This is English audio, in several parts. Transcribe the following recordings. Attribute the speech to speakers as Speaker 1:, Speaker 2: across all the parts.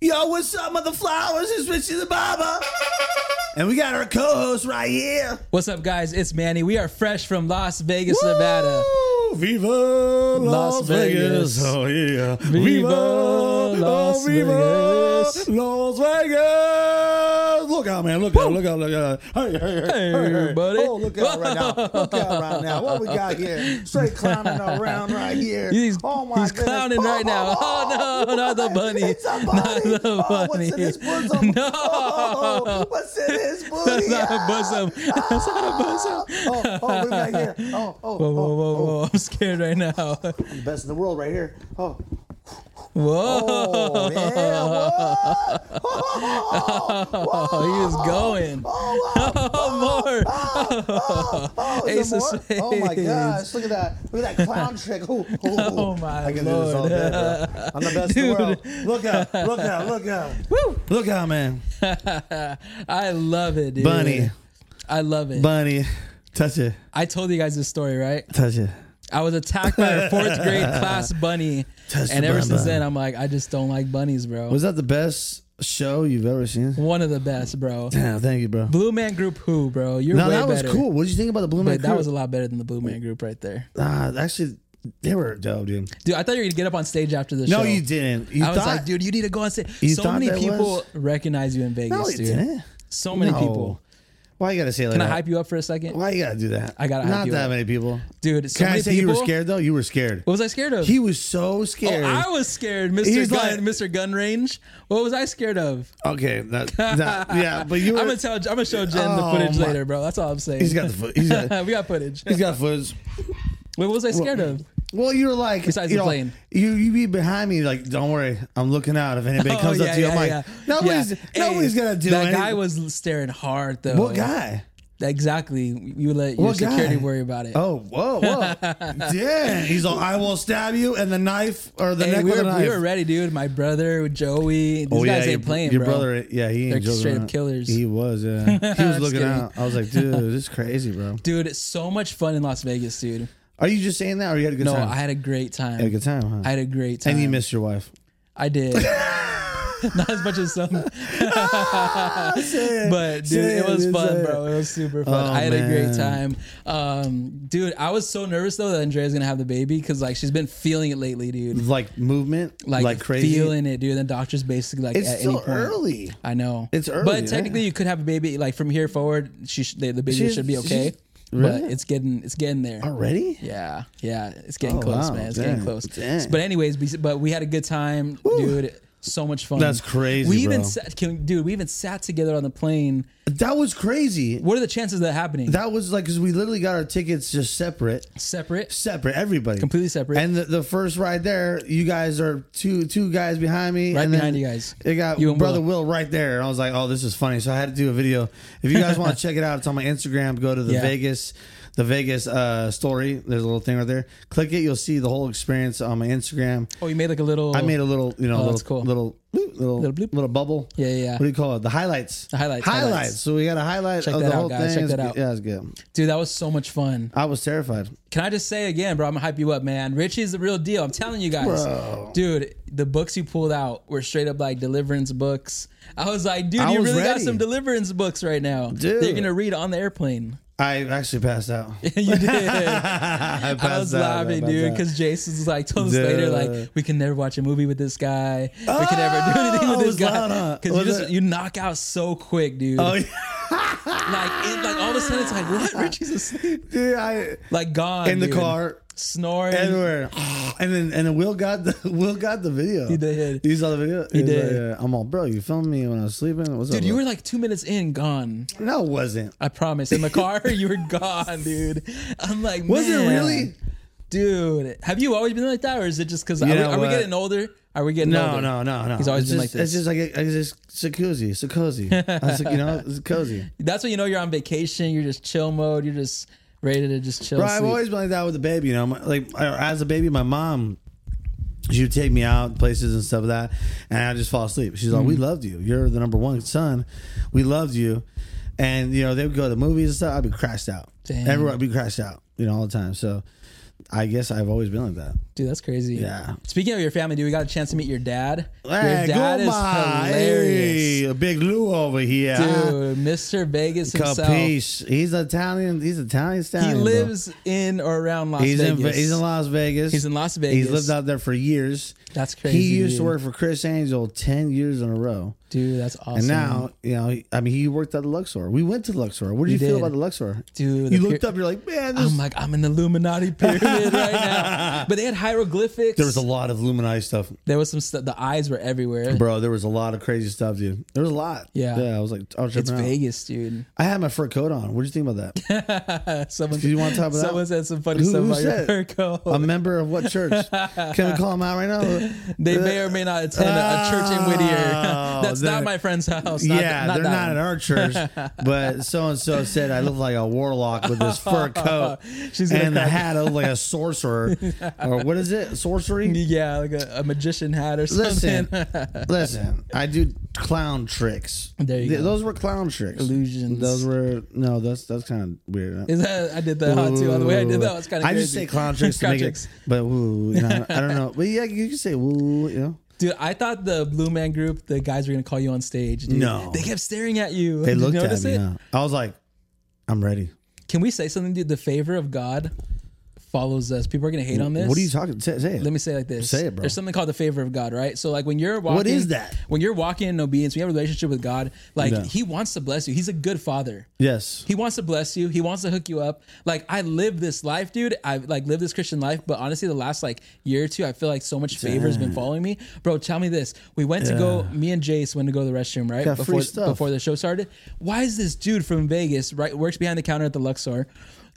Speaker 1: Yo, what's up, mother flowers? It's Richie the Baba. And we got our co-host right here.
Speaker 2: What's up, guys? It's Manny. We are fresh from Las Vegas, Nevada.
Speaker 1: Woo! Viva Las, Vegas.
Speaker 2: Vegas.
Speaker 1: Oh yeah. Viva, oh,
Speaker 2: Las
Speaker 1: Viva
Speaker 2: Vegas.
Speaker 1: Las Vegas. Look out, man. Look out, look out, look out. Hey, hey, hey,
Speaker 2: Hey, everybody.
Speaker 1: Oh, look out right now. Look out right now. What we got here? Straight clowning around right here.
Speaker 2: He's,
Speaker 1: oh my
Speaker 2: he's
Speaker 1: goodness.
Speaker 2: clowning right now. Oh, no, not the bunny.
Speaker 1: It's a bunny.
Speaker 2: Not the
Speaker 1: Oh, what's in
Speaker 2: bunny.
Speaker 1: his bosom?
Speaker 2: No.
Speaker 1: Oh, what's in his booty?
Speaker 2: That's not
Speaker 1: Ah.
Speaker 2: a bosom. That's not a bosom.
Speaker 1: Oh, oh, we right here. Oh, oh,
Speaker 2: Whoa,
Speaker 1: oh,
Speaker 2: whoa, whoa,
Speaker 1: oh.
Speaker 2: whoa. I'm scared right now.
Speaker 1: The best in the world right here. Oh,
Speaker 2: Whoa.
Speaker 1: oh man. Whoa.
Speaker 2: He is going.
Speaker 1: Oh, wow.
Speaker 2: Oh, more.
Speaker 1: Oh, is
Speaker 2: Ace
Speaker 1: there
Speaker 2: of
Speaker 1: more? Oh my
Speaker 2: spades.
Speaker 1: gosh! Look at that! Look at that clown trick! Ooh, ooh, ooh.
Speaker 2: Oh, my
Speaker 1: I can do this all
Speaker 2: Lord.
Speaker 1: day, bro. I'm the best in the
Speaker 2: Dude.
Speaker 1: world. Look out! Look out! Look out!
Speaker 2: Woo.
Speaker 1: Look out, man!
Speaker 2: I love it, dude.
Speaker 1: Bunny,
Speaker 2: I love it.
Speaker 1: bunny, touch it,
Speaker 2: I told you guys this story, right?
Speaker 1: touch it.
Speaker 2: I was attacked by a fourth grade class bunny.
Speaker 1: Touch
Speaker 2: and
Speaker 1: the
Speaker 2: ever
Speaker 1: bun
Speaker 2: since
Speaker 1: bun.
Speaker 2: then, I'm like, I just don't like bunnies, bro.
Speaker 1: Was that the best show you've ever seen?
Speaker 2: One of the best, bro.
Speaker 1: Damn, thank you, bro.
Speaker 2: Blue Man Group, who, bro? You're
Speaker 1: No,
Speaker 2: way
Speaker 1: that was
Speaker 2: better.
Speaker 1: cool. What did you think about the Blue Man?
Speaker 2: But that
Speaker 1: Crew?
Speaker 2: was a lot better than the Blue Man Group right there,
Speaker 1: Ah, actually, they were dope, dude.
Speaker 2: dude. I thought you were gonna get up on stage after the show.
Speaker 1: No, you didn't. You
Speaker 2: I was
Speaker 1: thought
Speaker 2: like, dude, you need to go on stage.
Speaker 1: You
Speaker 2: So
Speaker 1: thought
Speaker 2: many
Speaker 1: that
Speaker 2: people
Speaker 1: was-
Speaker 2: recognize you in Vegas,
Speaker 1: no, you
Speaker 2: dude.
Speaker 1: didn't.
Speaker 2: So many
Speaker 1: No.
Speaker 2: people.
Speaker 1: Why you gotta say it like
Speaker 2: Can I
Speaker 1: that?
Speaker 2: hype you up for a second,
Speaker 1: Why you gotta do that?
Speaker 2: I gotta hype
Speaker 1: Not
Speaker 2: you
Speaker 1: that
Speaker 2: up.
Speaker 1: many people.
Speaker 2: dude? So
Speaker 1: Can
Speaker 2: many
Speaker 1: I say
Speaker 2: people.
Speaker 1: you were scared though? You were scared.
Speaker 2: What was I scared of?
Speaker 1: He was so scared.
Speaker 2: Oh, I was scared, Mister
Speaker 1: He's
Speaker 2: Gun,
Speaker 1: like-
Speaker 2: Mister Gun Range. What was I scared of?
Speaker 1: okay, that, that, yeah, but you were.
Speaker 2: I'm gonna tell. I'm gonna show Jen the
Speaker 1: Oh,
Speaker 2: footage
Speaker 1: my-
Speaker 2: later, bro. That's all I'm saying.
Speaker 1: he's got the foot. He's got.
Speaker 2: we got footage.
Speaker 1: he's got footage.
Speaker 2: Wait, what was I scared of?
Speaker 1: Well, you were like,
Speaker 2: Besides
Speaker 1: you
Speaker 2: the
Speaker 1: know,
Speaker 2: plane.
Speaker 1: you you be behind me, like, don't worry, I'm looking out. If anybody
Speaker 2: Oh,
Speaker 1: comes up
Speaker 2: yeah,
Speaker 1: to you,
Speaker 2: yeah,
Speaker 1: I'm
Speaker 2: yeah.
Speaker 1: like, nobody's
Speaker 2: Yeah.
Speaker 1: nobody's
Speaker 2: Hey,
Speaker 1: gonna do
Speaker 2: That
Speaker 1: anything.
Speaker 2: guy was staring hard though.
Speaker 1: what guy?
Speaker 2: Exactly. You let your
Speaker 1: What guy?
Speaker 2: security worry about it.
Speaker 1: Oh, whoa, whoa. Damn. He's all, I will stab you and the knife or the
Speaker 2: Hey,
Speaker 1: neck
Speaker 2: we
Speaker 1: with a
Speaker 2: were,
Speaker 1: knife.
Speaker 2: we were ready, dude. My brother, Joey, these guys
Speaker 1: Oh, your,
Speaker 2: ain't playing,
Speaker 1: your
Speaker 2: bro.
Speaker 1: brother, yeah, he
Speaker 2: They're
Speaker 1: ain't joking
Speaker 2: straight up
Speaker 1: around.
Speaker 2: killers.
Speaker 1: He was, yeah. He was
Speaker 2: Just
Speaker 1: looking
Speaker 2: kidding.
Speaker 1: out. I was like, dude, this is crazy, bro.
Speaker 2: Dude, it's so much fun in Las Vegas, dude.
Speaker 1: Are you just saying that, or you had a good
Speaker 2: No,
Speaker 1: time?
Speaker 2: I had a great time.
Speaker 1: had a good time, huh?
Speaker 2: I had a great time.
Speaker 1: and you missed your wife.
Speaker 2: I did. Not as much as some,
Speaker 1: Ah,
Speaker 2: but dude, it was
Speaker 1: Shit,
Speaker 2: fun,
Speaker 1: shit.
Speaker 2: bro. It was super fun.
Speaker 1: Oh,
Speaker 2: I had a great
Speaker 1: man.
Speaker 2: time, um, dude. I was so nervous though that Andrea's gonna have the baby because like she's been feeling it lately, dude.
Speaker 1: Like movement,
Speaker 2: Like,
Speaker 1: like, crazy.
Speaker 2: feeling it, dude. And the doctor's basically like,
Speaker 1: it's
Speaker 2: at
Speaker 1: so
Speaker 2: any point.
Speaker 1: early.
Speaker 2: I know
Speaker 1: It's early,
Speaker 2: but
Speaker 1: yeah.
Speaker 2: technically you could have a baby like from here forward. She sh- the the baby
Speaker 1: She's-
Speaker 2: should be okay,
Speaker 1: she's- really?
Speaker 2: but it's getting it's getting there.
Speaker 1: Already?
Speaker 2: Yeah, yeah, it's getting
Speaker 1: Oh,
Speaker 2: close,
Speaker 1: wow.
Speaker 2: man. It's
Speaker 1: Dang,
Speaker 2: getting close.
Speaker 1: dang.
Speaker 2: But anyways, bes- but we had a good time, dude. So much fun.
Speaker 1: That's crazy,
Speaker 2: We even
Speaker 1: bro.
Speaker 2: sat, can, dude. We even sat together on the plane.
Speaker 1: That was crazy.
Speaker 2: What are the chances of that happening?
Speaker 1: That was like, because we literally got our tickets just separate.
Speaker 2: Separate,
Speaker 1: separate everybody
Speaker 2: Completely separate.
Speaker 1: and the, the first ride there you guys are two two guys behind me
Speaker 2: right
Speaker 1: and then
Speaker 2: behind you guys.
Speaker 1: it got
Speaker 2: You and
Speaker 1: brother
Speaker 2: Will.
Speaker 1: will. right there and i was like oh this is funny so i had to do a video if you guys want to check it out it's on my instagram go to the
Speaker 2: Yeah.
Speaker 1: vegas the vegas uh story there's a little thing right there click it you'll see the whole experience on my instagram
Speaker 2: Oh, you made like a little.
Speaker 1: i made a little you know
Speaker 2: Oh, that's
Speaker 1: little,
Speaker 2: cool.
Speaker 1: little bloop, little
Speaker 2: Little
Speaker 1: little,
Speaker 2: bloop.
Speaker 1: bubble
Speaker 2: Yeah, yeah, yeah.
Speaker 1: what do you call it the highlights the
Speaker 2: highlights,
Speaker 1: highlights,
Speaker 2: highlights.
Speaker 1: so we got a highlight
Speaker 2: Check
Speaker 1: of the
Speaker 2: that out,
Speaker 1: whole thing
Speaker 2: guys. Check
Speaker 1: It's
Speaker 2: that
Speaker 1: good.
Speaker 2: out.
Speaker 1: yeah it's good
Speaker 2: dude, that was so much fun.
Speaker 1: i was terrified
Speaker 2: Can I just say again, bro? I'm gonna hype you up, man. Richie's the real deal. I'm telling you guys,
Speaker 1: Bro.
Speaker 2: dude. The books you pulled out were straight up like deliverance books. I was like, dude,
Speaker 1: I
Speaker 2: you
Speaker 1: was
Speaker 2: really got
Speaker 1: ready.
Speaker 2: some deliverance books right now.
Speaker 1: Dude.
Speaker 2: They're gonna read on the airplane.
Speaker 1: i actually passed out
Speaker 2: you did.
Speaker 1: I, passed
Speaker 2: I was
Speaker 1: out,
Speaker 2: laughing,
Speaker 1: passed
Speaker 2: dude,
Speaker 1: out.
Speaker 2: because Jason's like told us
Speaker 1: Duh.
Speaker 2: later, like we can never watch a movie with this guy. we can never do anything
Speaker 1: Oh, I
Speaker 2: with this
Speaker 1: was loud,
Speaker 2: guy
Speaker 1: huh?
Speaker 2: because you
Speaker 1: Was it-
Speaker 2: just you knock out so quick, dude.
Speaker 1: Oh, yeah.
Speaker 2: Like it, like all of a sudden it's like what? Richie's asleep,
Speaker 1: dude, I
Speaker 2: like gone
Speaker 1: in the
Speaker 2: Oh, dude.
Speaker 1: car
Speaker 2: snoring.
Speaker 1: everywhere, and then and then Will got the Will got the video. He
Speaker 2: did.
Speaker 1: You saw the video. He
Speaker 2: did.
Speaker 1: I'm all, bro. You filmed me when I was sleeping. What's
Speaker 2: Dude,
Speaker 1: up,
Speaker 2: you
Speaker 1: bro?"
Speaker 2: were like two minutes in, gone.
Speaker 1: no, it wasn't.
Speaker 2: I promise. In the car, you were gone, dude. I'm like,
Speaker 1: Was it
Speaker 2: man,
Speaker 1: really?
Speaker 2: dude? Have you always been like that, or is it just because
Speaker 1: You
Speaker 2: are, we,
Speaker 1: know
Speaker 2: are we
Speaker 1: what?
Speaker 2: getting older? Are we getting
Speaker 1: No,
Speaker 2: older?
Speaker 1: no, no, no.
Speaker 2: He's always
Speaker 1: it's
Speaker 2: been
Speaker 1: just,
Speaker 2: like this.
Speaker 1: It's just like I just so cozy, so cozy. I was like, you know, it's cozy.
Speaker 2: That's when you know you're on vacation. You're just chill mode. You're just ready to just chill.
Speaker 1: Bro, I've
Speaker 2: sleep.
Speaker 1: always been like that with the baby. You know, My- like or as a baby, my mom. She would take me out places and stuff like that, and I just fall asleep. She's like,
Speaker 2: Mm-hmm.
Speaker 1: "We loved you. You're the number one son. We loved you." And you know they would go to movies and stuff. I'd be crashed out.
Speaker 2: Damn.
Speaker 1: Everywhere I'd be crashed out. You know all the time. So I guess I've always been like that.
Speaker 2: Dude, that's crazy.
Speaker 1: Yeah.
Speaker 2: Speaking of your family, dude, we got a chance to meet your dad.
Speaker 1: Hey,
Speaker 2: your dad
Speaker 1: Goma.
Speaker 2: is hilarious.
Speaker 1: Hey, a big Lou over here.
Speaker 2: Dude, Mr. Vegas himself.
Speaker 1: Capiche. He's Italian. He's Italian
Speaker 2: He
Speaker 1: stallion. bro.
Speaker 2: lives in or around Las
Speaker 1: He's in,
Speaker 2: Vegas.
Speaker 1: he's in Las Vegas.
Speaker 2: He's in Las
Speaker 1: He's
Speaker 2: Vegas.
Speaker 1: lived out there for years.
Speaker 2: That's
Speaker 1: He
Speaker 2: crazy,
Speaker 1: used to
Speaker 2: dude.
Speaker 1: work for Chris Angel ten years in a row,
Speaker 2: Dude, that's awesome.
Speaker 1: and now you know. he- I mean, he worked at the Luxor. We went to Luxor. What do you feel
Speaker 2: did.
Speaker 1: about the Luxor?
Speaker 2: dude,
Speaker 1: you
Speaker 2: the
Speaker 1: looked
Speaker 2: pyra-
Speaker 1: up. You're like, man, this,
Speaker 2: I'm like, I'm in the Illuminati pyramid right now. But they had hieroglyphics.
Speaker 1: there was a lot of Luminati stuff,
Speaker 2: There was some stuff. The eyes were everywhere.
Speaker 1: bro. There was a lot of crazy stuff, dude. There was a lot.
Speaker 2: Yeah.
Speaker 1: yeah. I was like, I was
Speaker 2: It's
Speaker 1: tripping out.
Speaker 2: Vegas, dude.
Speaker 1: I had my fur coat on. What do you think about that?
Speaker 2: Someone,
Speaker 1: Do you want to talk about that?
Speaker 2: someone said some funny
Speaker 1: Who-
Speaker 2: stuff
Speaker 1: who
Speaker 2: about your
Speaker 1: said?
Speaker 2: fur coat.
Speaker 1: a member of what church? Can we call him out right now?
Speaker 2: They may or may not attend a, a church in
Speaker 1: Oh,
Speaker 2: Whittier. That's
Speaker 1: they're-
Speaker 2: not my friend's house. Not,
Speaker 1: yeah,
Speaker 2: not
Speaker 1: they're
Speaker 2: that
Speaker 1: not
Speaker 2: one.
Speaker 1: in our church, but so and so said I look like a warlock with this fur coat
Speaker 2: She's gonna
Speaker 1: and the
Speaker 2: crack-
Speaker 1: hat. I look like a sorcerer, or what is it? Sorcery.
Speaker 2: Yeah, like a, a magician hat or something.
Speaker 1: Listen, listen. I do clown tricks.
Speaker 2: There you
Speaker 1: Th-
Speaker 2: go.
Speaker 1: Those were clown tricks.
Speaker 2: Illusions.
Speaker 1: Those were no. That's that's kind of weird.
Speaker 2: Is that I did that hot too? On the way I did that was kind of.
Speaker 1: I just say clown tricks to make it, but woo, you know, I don't know. But yeah, you can say woo, you know.
Speaker 2: Dude, I thought the Blue Man Group, the guys were gonna call you on stage. Dude.
Speaker 1: No.
Speaker 2: they kept staring at you.
Speaker 1: They
Speaker 2: Did
Speaker 1: looked
Speaker 2: you
Speaker 1: at
Speaker 2: notice
Speaker 1: me.
Speaker 2: it?
Speaker 1: huh? I was like, I'm ready.
Speaker 2: Can we say something, dude? The favor of God follows us. People are gonna hate on this.
Speaker 1: What are you talking? Say, say it.
Speaker 2: Let me say it like this.
Speaker 1: Say it, bro.
Speaker 2: There's something called the favor of God, right? So like when you're walking,
Speaker 1: is that?
Speaker 2: When you're walking in obedience, when you have a relationship with God, like
Speaker 1: Yeah.
Speaker 2: He wants to bless you. He's a good father.
Speaker 1: yes.
Speaker 2: He wants to bless you. He wants to hook you up. Like I live this life, dude. I like live this Christian life, but honestly, the last like year or two, I feel like so much favor has been following me, bro. Tell me this: we went to go. Me and Jace went to go to the restroom, right?
Speaker 1: Got free
Speaker 2: before
Speaker 1: stuff.
Speaker 2: before the show started. Why is this dude from Vegas right works behind the counter at the Luxor?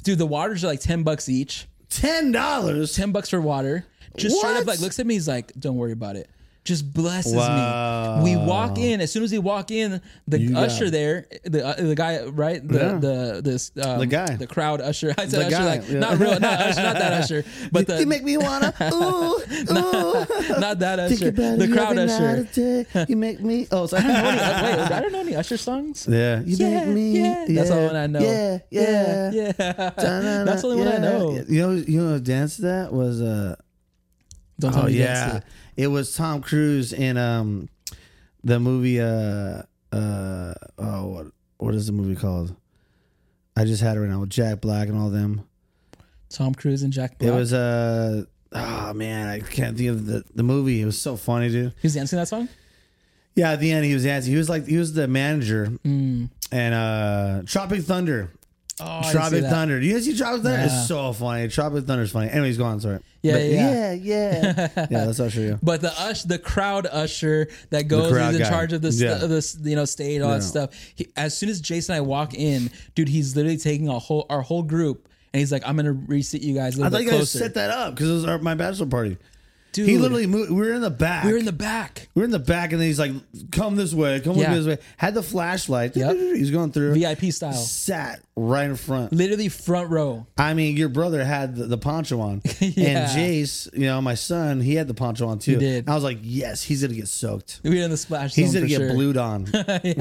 Speaker 2: Dude, the waters are like ten bucks each.
Speaker 1: Ten dollars.
Speaker 2: ten bucks for water. Just straight
Speaker 1: What?
Speaker 2: up like looks at me. He's like, "Don't worry about it." Just blesses
Speaker 1: Wow.
Speaker 2: me. We walk in. As soon as we walk in, the
Speaker 1: got-
Speaker 2: usher there, the uh, the guy, right? The
Speaker 1: Yeah.
Speaker 2: the this um,
Speaker 1: The guy.
Speaker 2: the crowd usher. I said
Speaker 1: The
Speaker 2: usher,
Speaker 1: guy,
Speaker 2: like
Speaker 1: yeah.
Speaker 2: not real, not usher, not that usher, but the
Speaker 1: you make me wanna ooh ooh.
Speaker 2: not that
Speaker 1: Think
Speaker 2: usher,
Speaker 1: about
Speaker 2: the
Speaker 1: it
Speaker 2: crowd
Speaker 1: every
Speaker 2: usher.
Speaker 1: night of day. You make me. Oh, sorry.
Speaker 2: I don't know any- wait, I don't know any usher songs.
Speaker 1: yeah. You
Speaker 2: Yeah,
Speaker 1: make me.
Speaker 2: yeah. That's all I know.
Speaker 1: Yeah, yeah,
Speaker 2: yeah. yeah.
Speaker 1: Da-na-na,
Speaker 2: That's the only one I
Speaker 1: yeah.
Speaker 2: know.
Speaker 1: You know, you know, who danced to that was uh.
Speaker 2: Don't tell
Speaker 1: Oh
Speaker 2: me you
Speaker 1: yeah,
Speaker 2: danced it.
Speaker 1: it was Tom Cruise in um, the movie uh uh oh what what is the movie called? I just had it right now with Jack Black and all them.
Speaker 2: Tom Cruise and Jack
Speaker 1: It
Speaker 2: Black.
Speaker 1: was uh oh man, I can't think of the the movie. It was so funny, dude.
Speaker 2: he was dancing that song.
Speaker 1: Yeah, at the end he was dancing. He was like he was the manager and uh Tropic Thunder.
Speaker 2: Oh, Mm. I didn't see
Speaker 1: Tropic
Speaker 2: that.
Speaker 1: Thunder. You guys see Tropic Thunder?
Speaker 2: Yeah.
Speaker 1: It's so funny. Tropic Thunder's funny. Anyways, go on, sorry.
Speaker 2: Yeah,
Speaker 1: But
Speaker 2: yeah,
Speaker 1: yeah, yeah. Yeah, that's how sure you.
Speaker 2: But the ush, the crowd usher that goes,
Speaker 1: crowd
Speaker 2: he's in
Speaker 1: guy.
Speaker 2: charge of this,
Speaker 1: Yeah.
Speaker 2: this you know, stage, all that stuff. He, as soon as Jason and I walk in, dude, he's literally taking a whole our whole group, and he's like, "I'm gonna reseat you guys
Speaker 1: I
Speaker 2: a little
Speaker 1: thought
Speaker 2: bit
Speaker 1: you guys
Speaker 2: closer."
Speaker 1: set that up because it was our, my bachelor party.
Speaker 2: dude,
Speaker 1: He literally moved. We were in the back.
Speaker 2: we were in the back.
Speaker 1: We were in the back, and then he's like, "Come this way, come
Speaker 2: Yeah.
Speaker 1: this way." Had the flashlight.
Speaker 2: Yep.
Speaker 1: He's going through.
Speaker 2: VIP style.
Speaker 1: Sat right in front.
Speaker 2: Literally front row.
Speaker 1: I mean, your brother had the, the poncho on,
Speaker 2: Yeah.
Speaker 1: and Jace, you know, my son, he had the poncho on too.
Speaker 2: did.
Speaker 1: I was like, "Yes, he's gonna get soaked.
Speaker 2: We were in the splash zone
Speaker 1: He's gonna
Speaker 2: for
Speaker 1: get
Speaker 2: sure.
Speaker 1: blued on,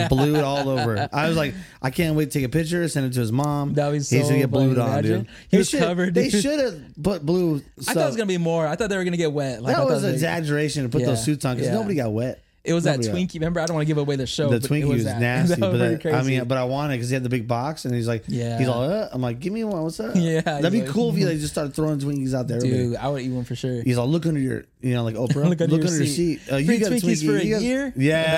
Speaker 1: blued all over." I was like, "I can't wait to take a picture, send it to his mom."
Speaker 2: That was
Speaker 1: he's
Speaker 2: so
Speaker 1: gonna get
Speaker 2: funny,
Speaker 1: blued on,
Speaker 2: imagine.
Speaker 1: dude.
Speaker 2: He
Speaker 1: They
Speaker 2: was
Speaker 1: should-
Speaker 2: covered,
Speaker 1: They
Speaker 2: dude.
Speaker 1: should have put blue. Stuff.
Speaker 2: I thought it was gonna be more. I thought they were gonna get wet. Like,
Speaker 1: that
Speaker 2: I thought
Speaker 1: was
Speaker 2: they-
Speaker 1: exaggeration to put
Speaker 2: Yeah,
Speaker 1: those suits on because
Speaker 2: yeah.
Speaker 1: nobody got wet.
Speaker 2: It was that
Speaker 1: Nobody got-
Speaker 2: Twinkie. Remember, I don't want to give away the show.
Speaker 1: The
Speaker 2: but
Speaker 1: Twinkie
Speaker 2: it was,
Speaker 1: was,
Speaker 2: that.
Speaker 1: nasty,
Speaker 2: That
Speaker 1: but
Speaker 2: was pretty
Speaker 1: that, I
Speaker 2: crazy.
Speaker 1: mean, but I wanted because he had the big box, and he's like,
Speaker 2: Yeah.
Speaker 1: he's all, uh, I'm like, give me one, what's up?
Speaker 2: Yeah,
Speaker 1: that'd be
Speaker 2: he's like-
Speaker 1: cool if you like just started throwing Twinkies out there.
Speaker 2: dude, I would eat one for sure.
Speaker 1: He's all, look under your, you know, like "Oh, Oprah,
Speaker 2: Look under your seat.
Speaker 1: Uh, you
Speaker 2: Free
Speaker 1: got a
Speaker 2: Twinkies
Speaker 1: Twinkie.
Speaker 2: for a
Speaker 1: you got-
Speaker 2: year?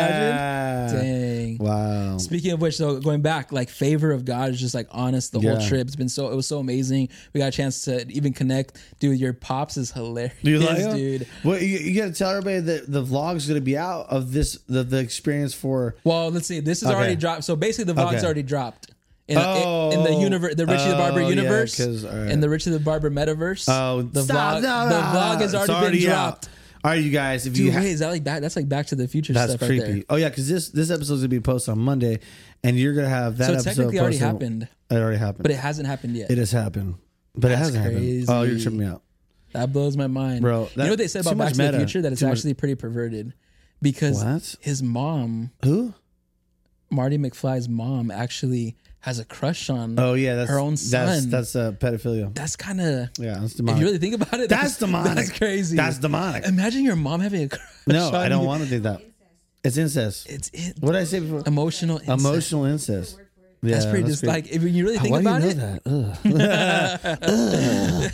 Speaker 1: Yeah.
Speaker 2: Dang.
Speaker 1: Wow.
Speaker 2: Speaking of which, though, going back, like favor of God is just like honest. The
Speaker 1: Yeah.
Speaker 2: whole trip, it's been so it was so amazing. We got a chance to even connect, dude. Your pops is hilarious,
Speaker 1: You like him?
Speaker 2: dude.
Speaker 1: Well, you, you got to tell everybody that the vlog's going to be out of this, the, the experience for.
Speaker 2: Well, let's see. This is
Speaker 1: Okay.
Speaker 2: already dropped. So basically, the vlog's
Speaker 1: Okay.
Speaker 2: already dropped in,
Speaker 1: Oh.
Speaker 2: in, in the universe, the Richie the Barber
Speaker 1: Oh, yeah,
Speaker 2: universe,
Speaker 1: 'cause, all right.
Speaker 2: in the Richie the Barber metaverse.
Speaker 1: Oh,
Speaker 2: the
Speaker 1: stop,
Speaker 2: vlog,
Speaker 1: no,
Speaker 2: the
Speaker 1: no,
Speaker 2: vlog
Speaker 1: no,
Speaker 2: has
Speaker 1: it's
Speaker 2: already, been
Speaker 1: out.
Speaker 2: dropped.
Speaker 1: All right, you guys, if you
Speaker 2: Dude,
Speaker 1: ha-
Speaker 2: wait, is that like back? That's like Back to the Future
Speaker 1: That's
Speaker 2: stuff
Speaker 1: creepy.
Speaker 2: right there.
Speaker 1: Oh yeah, because this this episode's gonna be posted on Monday, and you're gonna have that.
Speaker 2: So
Speaker 1: episode
Speaker 2: technically, already
Speaker 1: posted-
Speaker 2: happened,
Speaker 1: It already happened.
Speaker 2: but it hasn't happened yet.
Speaker 1: it has happened. But it hasn't happened.
Speaker 2: crazy.
Speaker 1: Oh, you're tripping me out.
Speaker 2: That blows my mind,
Speaker 1: Bro,
Speaker 2: you
Speaker 1: that-
Speaker 2: know what they said
Speaker 1: too
Speaker 2: about
Speaker 1: much
Speaker 2: Back to
Speaker 1: meta.
Speaker 2: the Future? That it's
Speaker 1: Too much-
Speaker 2: actually pretty perverted, because
Speaker 1: What?
Speaker 2: his mom,
Speaker 1: Who?
Speaker 2: Marty McFly's mom, actually has a crush on
Speaker 1: Oh yeah, that's
Speaker 2: her own
Speaker 1: That's
Speaker 2: son.
Speaker 1: that's uh, pedophilia.
Speaker 2: that's kind of
Speaker 1: Yeah, that's
Speaker 2: if
Speaker 1: demonic.
Speaker 2: you really think about it
Speaker 1: that's, demonic.
Speaker 2: that's crazy
Speaker 1: That's demonic.
Speaker 2: imagine your mom having a crush
Speaker 1: No,
Speaker 2: on
Speaker 1: I don't
Speaker 2: you.
Speaker 1: want to do that. It's incest.
Speaker 2: it's it
Speaker 1: what did I say before?
Speaker 2: emotional incest.
Speaker 1: Emotional incest. Yeah,
Speaker 2: that's pretty just
Speaker 1: great.
Speaker 2: like if you really think
Speaker 1: Why do you
Speaker 2: about
Speaker 1: know
Speaker 2: it
Speaker 1: that? Ugh.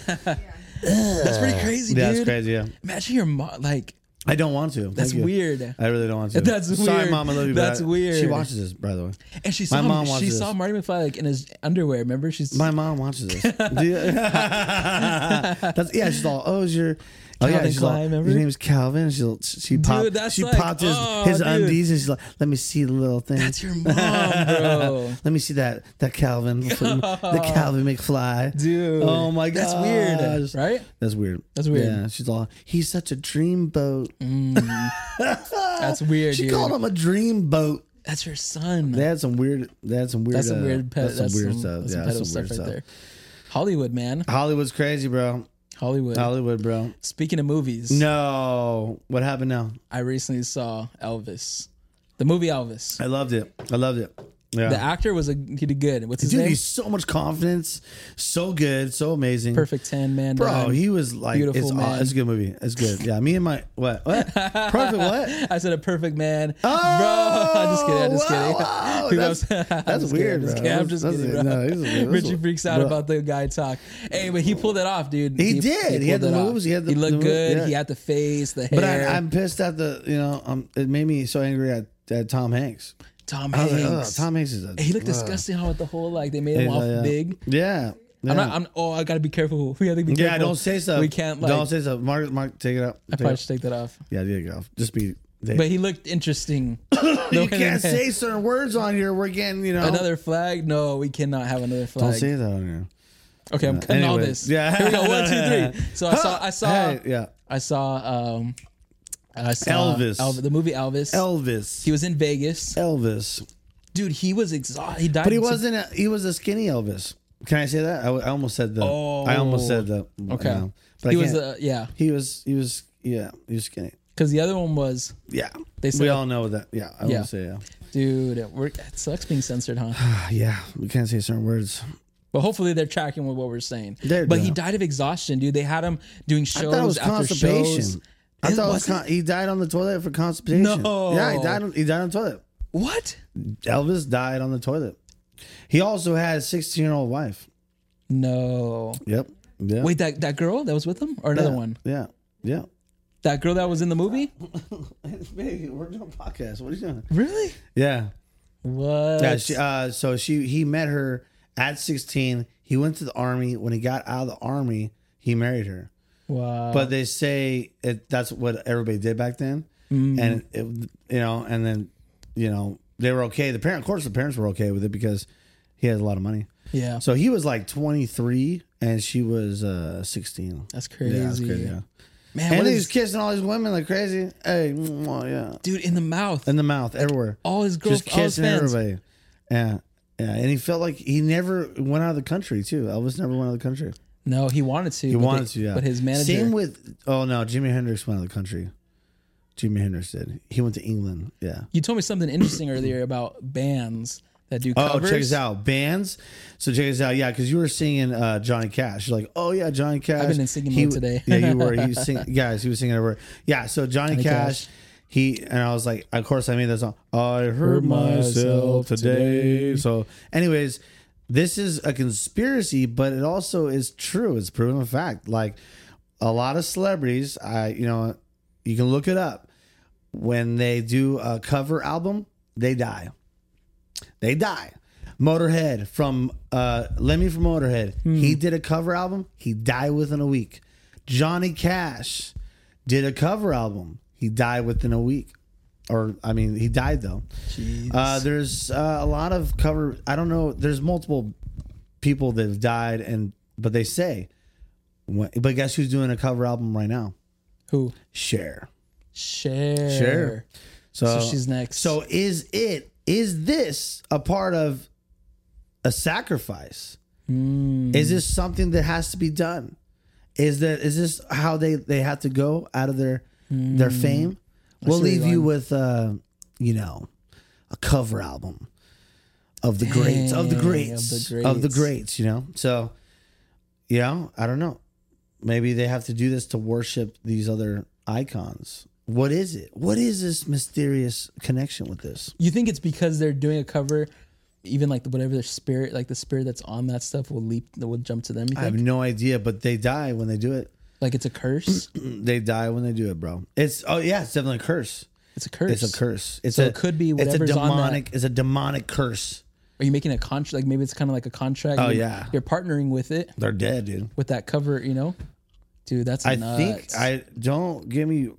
Speaker 2: that's pretty crazy
Speaker 1: Yeah,
Speaker 2: dude
Speaker 1: that's crazy. Yeah,
Speaker 2: imagine your mom like
Speaker 1: I don't want to. Thank
Speaker 2: that's
Speaker 1: you.
Speaker 2: weird
Speaker 1: I really don't want to.
Speaker 2: That's
Speaker 1: Sorry,
Speaker 2: weird.
Speaker 1: mom. I love you. but
Speaker 2: That's
Speaker 1: I-
Speaker 2: weird.
Speaker 1: She watches this, by the way.
Speaker 2: and she saw
Speaker 1: mom
Speaker 2: she
Speaker 1: watches
Speaker 2: saw
Speaker 1: this.
Speaker 2: Marty McFly like in his underwear remember she's
Speaker 1: My mom watches this. Do you- that's yeah. She's all, oh, is your oh yeah.
Speaker 2: Calvin
Speaker 1: She's all,
Speaker 2: Klein,
Speaker 1: your
Speaker 2: remember?
Speaker 1: name is Calvin. She she popped
Speaker 2: that's
Speaker 1: she
Speaker 2: like-
Speaker 1: popped his
Speaker 2: oh,
Speaker 1: his
Speaker 2: dude.
Speaker 1: undies and she's like, let me see the little thing.
Speaker 2: that's your mom bro
Speaker 1: let me see that that Calvin the Calvin McFly.
Speaker 2: dude
Speaker 1: Oh my god,
Speaker 2: that's weird right
Speaker 1: That's weird.
Speaker 2: That's weird.
Speaker 1: Yeah, she's all. He's such a dreamboat.
Speaker 2: Mm. that's weird
Speaker 1: She
Speaker 2: dude.
Speaker 1: called him a dreamboat.
Speaker 2: that's your son
Speaker 1: They had some weird. They had some weird.
Speaker 2: That's some
Speaker 1: uh,
Speaker 2: weird pet.
Speaker 1: That's some weird stuff.
Speaker 2: that's
Speaker 1: yeah,
Speaker 2: some pedo
Speaker 1: that's some weird
Speaker 2: stuff
Speaker 1: stuff.
Speaker 2: right there. Hollywood, man.
Speaker 1: Hollywood's crazy, bro.
Speaker 2: Hollywood.
Speaker 1: Hollywood, bro.
Speaker 2: Speaking of movies,
Speaker 1: No, what happened now?
Speaker 2: I recently saw Elvis, the movie Elvis.
Speaker 1: I loved it. I loved it. Yeah,
Speaker 2: The actor was a he did good. What's his
Speaker 1: dude,
Speaker 2: name?
Speaker 1: he's so much confidence, so good, so amazing.
Speaker 2: Perfect Ten Man.
Speaker 1: Bro,
Speaker 2: dime.
Speaker 1: he was like,
Speaker 2: um, Beautiful
Speaker 1: it's, aw-
Speaker 2: man.
Speaker 1: it's a good movie. It's good. Yeah, me and my what? What? Perfect. What?
Speaker 2: I said a perfect man.
Speaker 1: Oh,
Speaker 2: bro, I'm just kidding. I'm just
Speaker 1: wow,
Speaker 2: kidding.
Speaker 1: wow,
Speaker 2: Dude,
Speaker 1: that's-
Speaker 2: I'm just- I'm
Speaker 1: that's
Speaker 2: just
Speaker 1: weird,
Speaker 2: Kidding, I'm just
Speaker 1: bro. That's-
Speaker 2: kidding. I'm just kidding,
Speaker 1: that's-
Speaker 2: bro.
Speaker 1: no, he's a- that's
Speaker 2: Richie
Speaker 1: a-
Speaker 2: freaks out
Speaker 1: bro.
Speaker 2: about the guy talk. Hey, but he pulled it off, dude.
Speaker 1: He did. He had
Speaker 2: pulled
Speaker 1: the
Speaker 2: it off.
Speaker 1: moves, he had the-
Speaker 2: He
Speaker 1: the
Speaker 2: looked
Speaker 1: move-
Speaker 2: good.
Speaker 1: yeah.
Speaker 2: He had the face, the
Speaker 1: But
Speaker 2: hair.
Speaker 1: I, I'm pissed at the you know um, it made me so angry at, at Tom Hanks.
Speaker 2: Tom
Speaker 1: I was like, ugh,
Speaker 2: Hanks.
Speaker 1: Tom Hanks is a
Speaker 2: He looked
Speaker 1: ugh.
Speaker 2: disgusting. How with the whole like they made
Speaker 1: He's
Speaker 2: him off
Speaker 1: like, yeah.
Speaker 2: big.
Speaker 1: Yeah, yeah.
Speaker 2: I'm not. I'm. Oh, I gotta be careful. We gotta be careful.
Speaker 1: yeah, don't say stuff.
Speaker 2: We can't. Like,
Speaker 1: don't say stuff. Mark, Mark, take it up.
Speaker 2: I
Speaker 1: Take it
Speaker 2: probably
Speaker 1: up.
Speaker 2: should take that off.
Speaker 1: Yeah, there you go. Just be. They,
Speaker 2: But he looked interesting.
Speaker 1: you can't say certain words on here. We're getting you know.
Speaker 2: another flag. No, we cannot have another
Speaker 1: don't
Speaker 2: flag.
Speaker 1: say that on here.
Speaker 2: okay, I'm cutting all
Speaker 1: Anyway,
Speaker 2: this.
Speaker 1: yeah.
Speaker 2: Here we go. One, two, three. So I saw. I saw.
Speaker 1: Hey, yeah,
Speaker 2: I saw. Um. I saw
Speaker 1: Elvis.
Speaker 2: Elv- the movie Elvis.
Speaker 1: Elvis.
Speaker 2: he was in Vegas,
Speaker 1: Elvis,
Speaker 2: dude. He was exhausted. He died.
Speaker 1: but he
Speaker 2: in some-
Speaker 1: wasn't. A, he was a skinny Elvis. Can I say that? I, I almost said that. I almost
Speaker 2: Oh.
Speaker 1: said that.
Speaker 2: Okay.
Speaker 1: Yeah. But
Speaker 2: He
Speaker 1: I
Speaker 2: was.
Speaker 1: can't.
Speaker 2: Uh, yeah.
Speaker 1: he was. He was. Yeah. He was skinny.
Speaker 2: Because the other one was,
Speaker 1: Yeah.
Speaker 2: They
Speaker 1: we
Speaker 2: said-
Speaker 1: all know that. Yeah. I
Speaker 2: Yeah.
Speaker 1: won't say yeah.
Speaker 2: dude. It, worked. it sucks being censored, huh?
Speaker 1: Ah, yeah. We can't say certain words.
Speaker 2: But hopefully they're tracking with what we're saying.
Speaker 1: They're
Speaker 2: but he
Speaker 1: doing-
Speaker 2: died of exhaustion, dude. They had him doing
Speaker 1: I
Speaker 2: shows
Speaker 1: thought it was
Speaker 2: after
Speaker 1: constipation.
Speaker 2: shows.
Speaker 1: I thought
Speaker 2: It
Speaker 1: it was
Speaker 2: wasn't-
Speaker 1: con- he died on the toilet for constipation.
Speaker 2: No.
Speaker 1: Yeah, he died on he died on the toilet.
Speaker 2: what?
Speaker 1: Elvis died on the toilet. He also had a 16 year old wife.
Speaker 2: No.
Speaker 1: Yep. Yeah.
Speaker 2: Wait, that that girl that was with him, or another
Speaker 1: Yeah.
Speaker 2: one?
Speaker 1: Yeah. Yeah.
Speaker 2: That girl that was in the movie?
Speaker 1: Baby, we're doing a podcast. What are you doing?
Speaker 2: Really?
Speaker 1: Yeah.
Speaker 2: What?
Speaker 1: Yeah. She, uh, so she he met her at 16. He went to the army. When he got out of the army, he married her.
Speaker 2: wow.
Speaker 1: But they say it, that's what everybody did back then,
Speaker 2: Mm-hmm.
Speaker 1: and it, you know, and then you know they were okay. The parent, of course, the parents were okay with it because he had a lot of money.
Speaker 2: yeah,
Speaker 1: So he was like 23 and she was uh 16.
Speaker 2: that's crazy.
Speaker 1: Yeah, that's crazy. Yeah.
Speaker 2: Man,
Speaker 1: And
Speaker 2: what
Speaker 1: he
Speaker 2: is
Speaker 1: was kissing all these women like crazy. Hey, mwah, yeah,
Speaker 2: dude in the mouth?
Speaker 1: in the mouth, everywhere,
Speaker 2: all his girls,
Speaker 1: just
Speaker 2: all his
Speaker 1: kissing
Speaker 2: fans.
Speaker 1: everybody. Yeah, yeah. And he felt like he never went out of the country too. Elvis never went out of the country.
Speaker 2: No, he wanted to.
Speaker 1: He wanted to, yeah.
Speaker 2: But his manager.
Speaker 1: Same with oh no, Jimi Hendrix went out of the country. Jimi Hendrix did. He went to England. Yeah.
Speaker 2: you told me something interesting earlier about bands that do
Speaker 1: Oh,
Speaker 2: covers.
Speaker 1: check this out. Bands. So check this out. Yeah, because you were singing uh, Johnny Cash. You're like, oh yeah, Johnny Cash.
Speaker 2: been in singing
Speaker 1: He-
Speaker 2: mode today.
Speaker 1: yeah, you were. He was sing, guys, he was singing over. Yeah, so Johnny, Cash,
Speaker 2: Cash.
Speaker 1: He and I was like, of course I made that song. I hurt myself
Speaker 2: myself
Speaker 1: today. So, anyways, this is a conspiracy, but it also is true. It's proven a fact. Like a lot of celebrities, I you know, you can look it up. When they do a cover album, they die. They die. Motorhead from uh, Lemmy from Motorhead. He did a cover album. He died within a week. Johnny Cash did a cover album. He died within a week, or I mean, he died though.
Speaker 2: Jeez.
Speaker 1: Uh, there's uh, a lot of cover. I don't know. There's multiple people that have died, and but they say, when- but guess who's doing a cover album right now?
Speaker 2: Who?
Speaker 1: Cher.
Speaker 2: Share.
Speaker 1: Cher. Uh,
Speaker 2: So she's next.
Speaker 1: So is it is this a part of a sacrifice?
Speaker 2: Hmm.
Speaker 1: Is this something that has to be done? Is that is this how they they have to go out of their their
Speaker 2: Hmm.
Speaker 1: fame? we'll
Speaker 2: see where
Speaker 1: leave
Speaker 2: you're
Speaker 1: you with uh, you know a cover album of the greats, of the
Speaker 2: Dang, of
Speaker 1: greats, of the greats,
Speaker 2: the greats.
Speaker 1: you know? So, you know, I don't know. Maybe they have to do this to worship these other icons. What is it? What is this mysterious connection with this?
Speaker 2: You think it's because they're doing a cover, even like whatever their spirit, like the spirit that's on that stuff will leap, will jump to them. You
Speaker 1: I have
Speaker 2: think?
Speaker 1: no idea, but they die when they do it.
Speaker 2: Like it's a curse.
Speaker 1: They die when they do it, bro. It's oh yeah, it's definitely a curse.
Speaker 2: It's a curse.
Speaker 1: It's a curse. It's
Speaker 2: So
Speaker 1: a,
Speaker 2: it could be
Speaker 1: it's a
Speaker 2: whatever's on that.
Speaker 1: demonic. It's a demonic curse.
Speaker 2: Are you making a contract? Like maybe it's kind of like a contract.
Speaker 1: Oh,
Speaker 2: You're-
Speaker 1: yeah.
Speaker 2: You're partnering with it
Speaker 1: They're dead, dude.
Speaker 2: with that cover. You know, dude, that's
Speaker 1: I
Speaker 2: nuts.
Speaker 1: think I don't give me.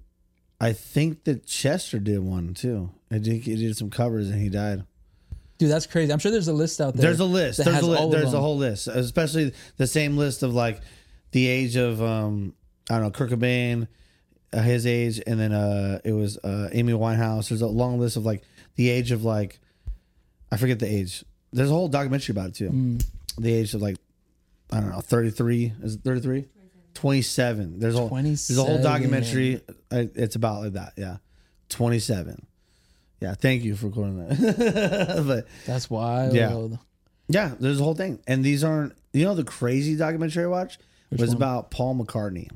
Speaker 1: I think that Chester did one too. I think he did some covers and he died.
Speaker 2: dude, that's crazy. I'm sure there's a list out there.
Speaker 1: There's a list.
Speaker 2: that
Speaker 1: There's
Speaker 2: has
Speaker 1: a list.
Speaker 2: all of
Speaker 1: There's a
Speaker 2: them.
Speaker 1: whole list, especially the same list of like the age of um I don't know Kurt Cobain, uh, his age, and then uh it was uh Amy Winehouse. There's a long list of like the age of like I forget the age. There's a whole documentary about it too.
Speaker 2: Mm.
Speaker 1: The age of like I don't know 33 is it 33, 27. There's a whole, there's a whole
Speaker 2: 27.
Speaker 1: documentary. uh, It's about like that. Yeah, 27. Yeah, thank you for quoting that. but
Speaker 2: That's wild.
Speaker 1: Yeah. yeah, there's a whole thing. And these aren't, you know, the crazy documentary I watched was about Paul McCartney.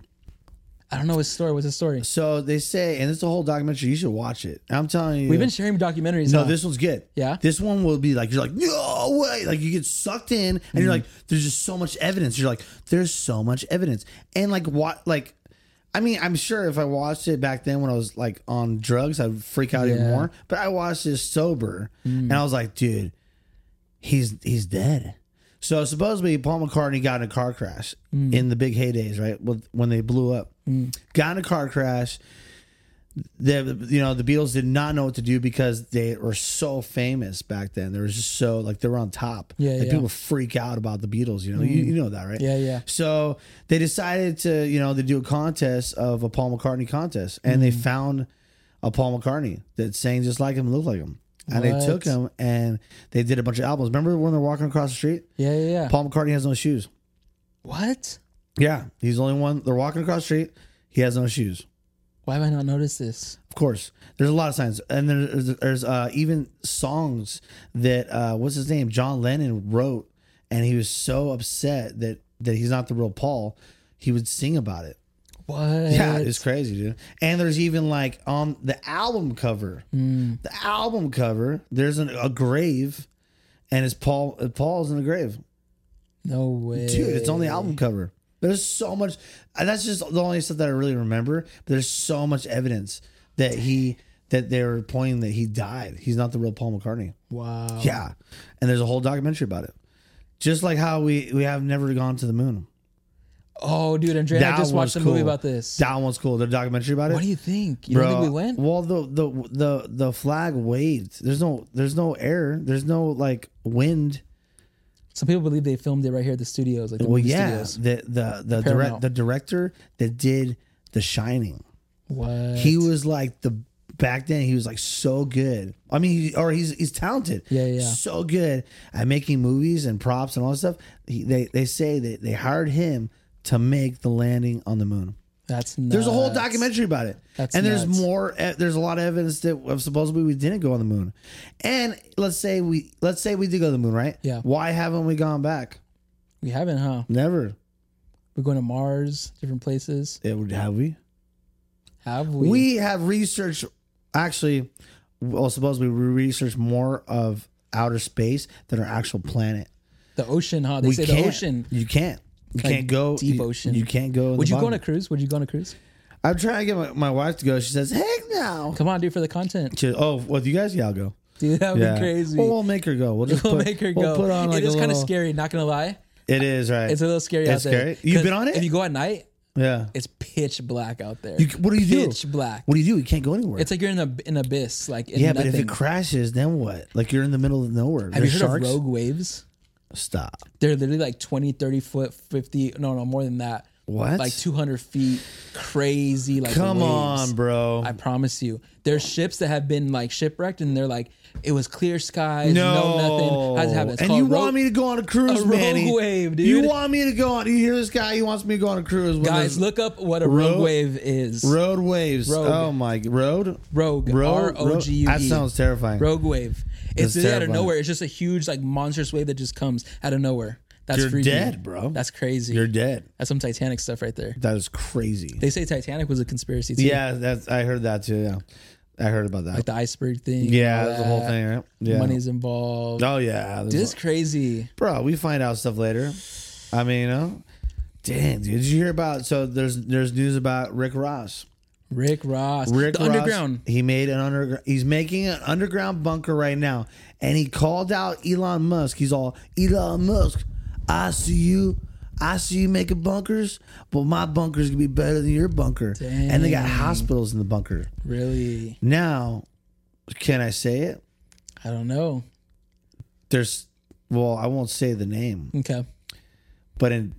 Speaker 2: I don't know his story. What's his story?
Speaker 1: So they say, and it's a whole documentary. You should watch it. I'm telling you.
Speaker 2: We've been sharing documentaries.
Speaker 1: no,
Speaker 2: huh?
Speaker 1: this one's good.
Speaker 2: Yeah?
Speaker 1: This one will be like, you're like, no way. Like, you get sucked in, and
Speaker 2: Mm-hmm.
Speaker 1: you're like, there's just so much evidence. You're like, there's so much evidence. And, like, what, like, I mean, I'm sure if I watched it back then when I was like on drugs, I'd freak out even
Speaker 2: Yeah. Mm.
Speaker 1: more. But I watched this sober, and I was like, dude, he's he's dead. So supposedly Paul McCartney got in a car crash
Speaker 2: Mm.
Speaker 1: in the big heydays, right? With- When they blew up, got in a car crash. The you know the Beatles did not know what to do because they were so famous back then. They were just so like they were on top.
Speaker 2: Yeah,
Speaker 1: like
Speaker 2: yeah. Mm.
Speaker 1: people freak out about the Beatles. You know, you, you know that, right?
Speaker 2: Yeah, yeah.
Speaker 1: So they decided to, you know, to do a contest of a Paul McCartney contest, and they found a Paul McCartney that sang just like him, looked like him, and they
Speaker 2: What?
Speaker 1: took him and they did a bunch of albums. Remember when they're walking across the street?
Speaker 2: Yeah, yeah, yeah.
Speaker 1: Paul McCartney has no shoes.
Speaker 2: What?
Speaker 1: Yeah, he's the only one. They're walking across the street. He has no shoes.
Speaker 2: Why have I not noticed this?
Speaker 1: Of course, there's a lot of signs, and there's, there's uh, even songs that uh, what's his name, John Lennon wrote, and he was so upset that that he's not the real Paul. He would sing about it.
Speaker 2: What?
Speaker 1: Yeah, it's crazy, dude. And there's even like on the album cover, the album cover, there's an, a grave, and it's Paul. uh, Paul's in the grave,
Speaker 2: no way.
Speaker 1: dude. It's on the album cover. There's so much. And that's just the only stuff that I really remember. There's so much evidence that he that they were pointing that he died. He's not the real Paul McCartney.
Speaker 2: Wow.
Speaker 1: Yeah, and there's a whole documentary about it. Just like how we we have never gone to the moon.
Speaker 2: Oh, dude, Andrea, and I
Speaker 1: That
Speaker 2: just watched a
Speaker 1: was
Speaker 2: movie
Speaker 1: cool.
Speaker 2: about this.
Speaker 1: That one's cool. The documentary about it.
Speaker 2: What do you think? You don't think we went?
Speaker 1: Well, the the the the flag waved. There's no there's no air. There's no like wind.
Speaker 2: Some people believe they filmed it right here at the studios, like the
Speaker 1: Well,
Speaker 2: movie
Speaker 1: yeah.
Speaker 2: studios.
Speaker 1: The the the direct
Speaker 2: Paramount.
Speaker 1: the director that did The Shining.
Speaker 2: What?
Speaker 1: He was like the back then. He was like so good. I mean, he, or he's he's talented.
Speaker 2: Yeah, yeah.
Speaker 1: So good at making movies and props and all that stuff. He, they they say that they hired him to make the landing on the moon.
Speaker 2: That's nuts.
Speaker 1: There's a whole documentary about it,
Speaker 2: That's
Speaker 1: and there's
Speaker 2: nuts.
Speaker 1: more. eh, There's a lot of evidence that of supposedly we didn't go on the moon, and let's say we let's say we did go to the moon, right?
Speaker 2: Yeah.
Speaker 1: Why haven't we gone back?
Speaker 2: We haven't, huh?
Speaker 1: Never.
Speaker 2: We're going to Mars, different places.
Speaker 1: It would have we?
Speaker 2: Have we?
Speaker 1: we? have researched actually. Well, supposedly we researched more of outer space than our actual planet.
Speaker 2: the ocean, huh? They
Speaker 1: we
Speaker 2: say
Speaker 1: can't.
Speaker 2: the ocean.
Speaker 1: You can't. You
Speaker 2: Like
Speaker 1: can't go
Speaker 2: deep
Speaker 1: you-
Speaker 2: ocean.
Speaker 1: You, can't go. in
Speaker 2: Would
Speaker 1: the
Speaker 2: you go
Speaker 1: bottom.
Speaker 2: on a cruise? Would you go on a cruise?
Speaker 1: I'm trying to get my, my wife to go. She says, "Heck no."
Speaker 2: Come on, dude, for the content.
Speaker 1: She- oh, well, you guys, yeah, I'll go.
Speaker 2: Dude, that would be crazy.
Speaker 1: Well, we'll make her go. We'll just
Speaker 2: we'll
Speaker 1: put,
Speaker 2: make her
Speaker 1: we'll
Speaker 2: go.
Speaker 1: put on like
Speaker 2: it is
Speaker 1: a
Speaker 2: kind of
Speaker 1: little-
Speaker 2: scary, not going to lie.
Speaker 1: It is right.
Speaker 2: It's a little scary
Speaker 1: It's
Speaker 2: out there.
Speaker 1: scary. You've
Speaker 2: 'Cause
Speaker 1: been on it?
Speaker 2: If you go at night,
Speaker 1: yeah.
Speaker 2: it's pitch black out there.
Speaker 1: You, what do you do?
Speaker 2: pitch black.
Speaker 1: What do you do? You can't go anywhere.
Speaker 2: It's like you're in a, an abyss, like in
Speaker 1: yeah,
Speaker 2: nothing.
Speaker 1: but if it crashes, then what? Like you're in the middle of nowhere.
Speaker 2: Have you
Speaker 1: There's
Speaker 2: heard
Speaker 1: sharks?
Speaker 2: of rogue waves?
Speaker 1: Stop.
Speaker 2: They're literally like 20, 30 foot, 50, no, no, more than that.
Speaker 1: What?
Speaker 2: like 200 feet, crazy. Like
Speaker 1: Come
Speaker 2: waves.
Speaker 1: on, bro.
Speaker 2: I promise you, there's ships that have been like shipwrecked, and they're like, it was clear skies, no,
Speaker 1: no.
Speaker 2: nothing. How's it happen? It's
Speaker 1: and
Speaker 2: called
Speaker 1: you
Speaker 2: rogue-
Speaker 1: want me to go on a cruise,
Speaker 2: a rogue
Speaker 1: Manny.
Speaker 2: wave,
Speaker 1: You
Speaker 2: dude.
Speaker 1: want me to go on? You hear this guy? He wants me to go on a cruise. when
Speaker 2: guys
Speaker 1: there's
Speaker 2: look up what a
Speaker 1: Rogue-
Speaker 2: rogue, wave is.
Speaker 1: road waves.
Speaker 2: Rogue.
Speaker 1: Oh my road.
Speaker 2: rogue,
Speaker 1: Road.
Speaker 2: R O G U E.
Speaker 1: That sounds terrifying.
Speaker 2: Rogue wave.
Speaker 1: That's
Speaker 2: It's literally out of
Speaker 1: terrifying.
Speaker 2: nowhere. It's just a huge like monstrous wave that just comes out of nowhere. That's
Speaker 1: You're
Speaker 2: freaky.
Speaker 1: dead, bro.
Speaker 2: That's crazy.
Speaker 1: You're dead.
Speaker 2: That's some Titanic stuff right there.
Speaker 1: That is crazy.
Speaker 2: They say Titanic was a conspiracy too.
Speaker 1: Yeah, that's I heard that too. Yeah, I heard about that.
Speaker 2: Like oh, the iceberg thing.
Speaker 1: yeah,
Speaker 2: all
Speaker 1: that's the whole
Speaker 2: that.
Speaker 1: thing, right? Yeah.
Speaker 2: Money's involved.
Speaker 1: Oh yeah, there's
Speaker 2: This is crazy.
Speaker 1: bro. We find out stuff later. I mean, you know, dang, dude, did you hear about? So there's there's news about Rick Ross.
Speaker 2: Rick Ross.
Speaker 1: Rick
Speaker 2: the
Speaker 1: Ross,
Speaker 2: underground.
Speaker 1: He made an underground. He's making an underground bunker right now, and he called out Elon Musk. He's all Elon Musk. I see you. I see you making bunkers, but my bunker's gonna be better than your bunker. And they got hospitals in the bunker.
Speaker 2: Really?
Speaker 1: Now, can I say it?
Speaker 2: I don't know.
Speaker 1: There's, well, I won't say the name.
Speaker 2: Okay.
Speaker 1: but in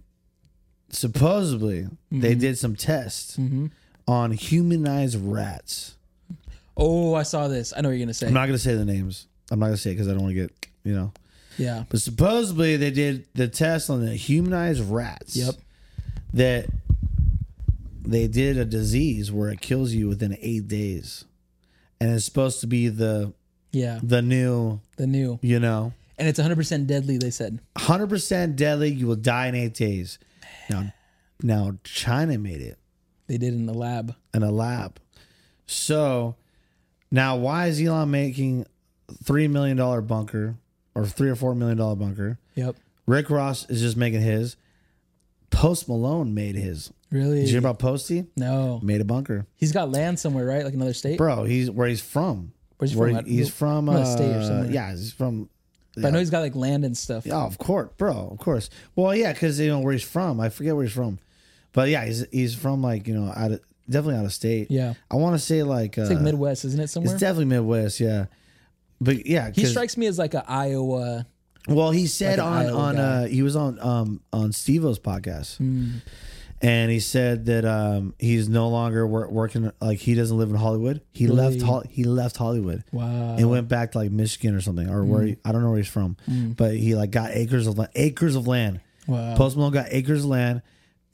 Speaker 1: supposedly they did some tests on humanized rats.
Speaker 2: Oh, I saw this. I know what you're gonna say.
Speaker 1: I'm not gonna say the names. I'm not gonna say it because I don't want to get you know.
Speaker 2: yeah.
Speaker 1: But supposedly they did the test on the humanized rats.
Speaker 2: Yep.
Speaker 1: That they did a disease where it kills you within eight days, and it's supposed to be the
Speaker 2: Yeah.
Speaker 1: the new
Speaker 2: The new.
Speaker 1: you know
Speaker 2: And it's 100% deadly, they said.
Speaker 1: hundred percent deadly. You will die in eight days. Now, now China made it.
Speaker 2: They did in the lab.
Speaker 1: in a lab. So now, why is Elon making three million dollar bunker or three or four million dollar bunker?
Speaker 2: Yep.
Speaker 1: Rick Ross is just making his. Post Malone made his.
Speaker 2: Really?
Speaker 1: Did you hear about Posty?
Speaker 2: no.
Speaker 1: Made a bunker,
Speaker 2: He's got land somewhere, right? Like another state?
Speaker 1: bro. He's where he's from.
Speaker 2: Where's he
Speaker 1: Where
Speaker 2: from?
Speaker 1: he's from?
Speaker 2: From
Speaker 1: Uh,
Speaker 2: a state or somewhere.
Speaker 1: Yeah, he's from.
Speaker 2: But I know he's got like land and stuff.
Speaker 1: Oh, of course, bro. Of course. Well, yeah, because you know where he's from. I forget where he's from, but yeah, he's he's from like you know out of definitely out of state.
Speaker 2: Yeah.
Speaker 1: I want to say like uh,
Speaker 2: It's like Midwest, isn't it somewhere?
Speaker 1: It's definitely Midwest, yeah. But yeah,
Speaker 2: he
Speaker 1: 'cause-
Speaker 2: strikes me as like a Iowa.
Speaker 1: well, he said
Speaker 2: like an
Speaker 1: on
Speaker 2: Iowa
Speaker 1: on
Speaker 2: guy. Hmm.
Speaker 1: uh, he was on um on Steve-O's podcast, and he said that um he's no longer wor- working like he doesn't live in Hollywood. He left Hol- he left Hollywood.
Speaker 2: Wow. Hmm.
Speaker 1: And went back to like Michigan or something, or where he, I don't know where he's from, but he like got acres of land, acres of land.
Speaker 2: Wow.
Speaker 1: Um, Post Malone got acres of land,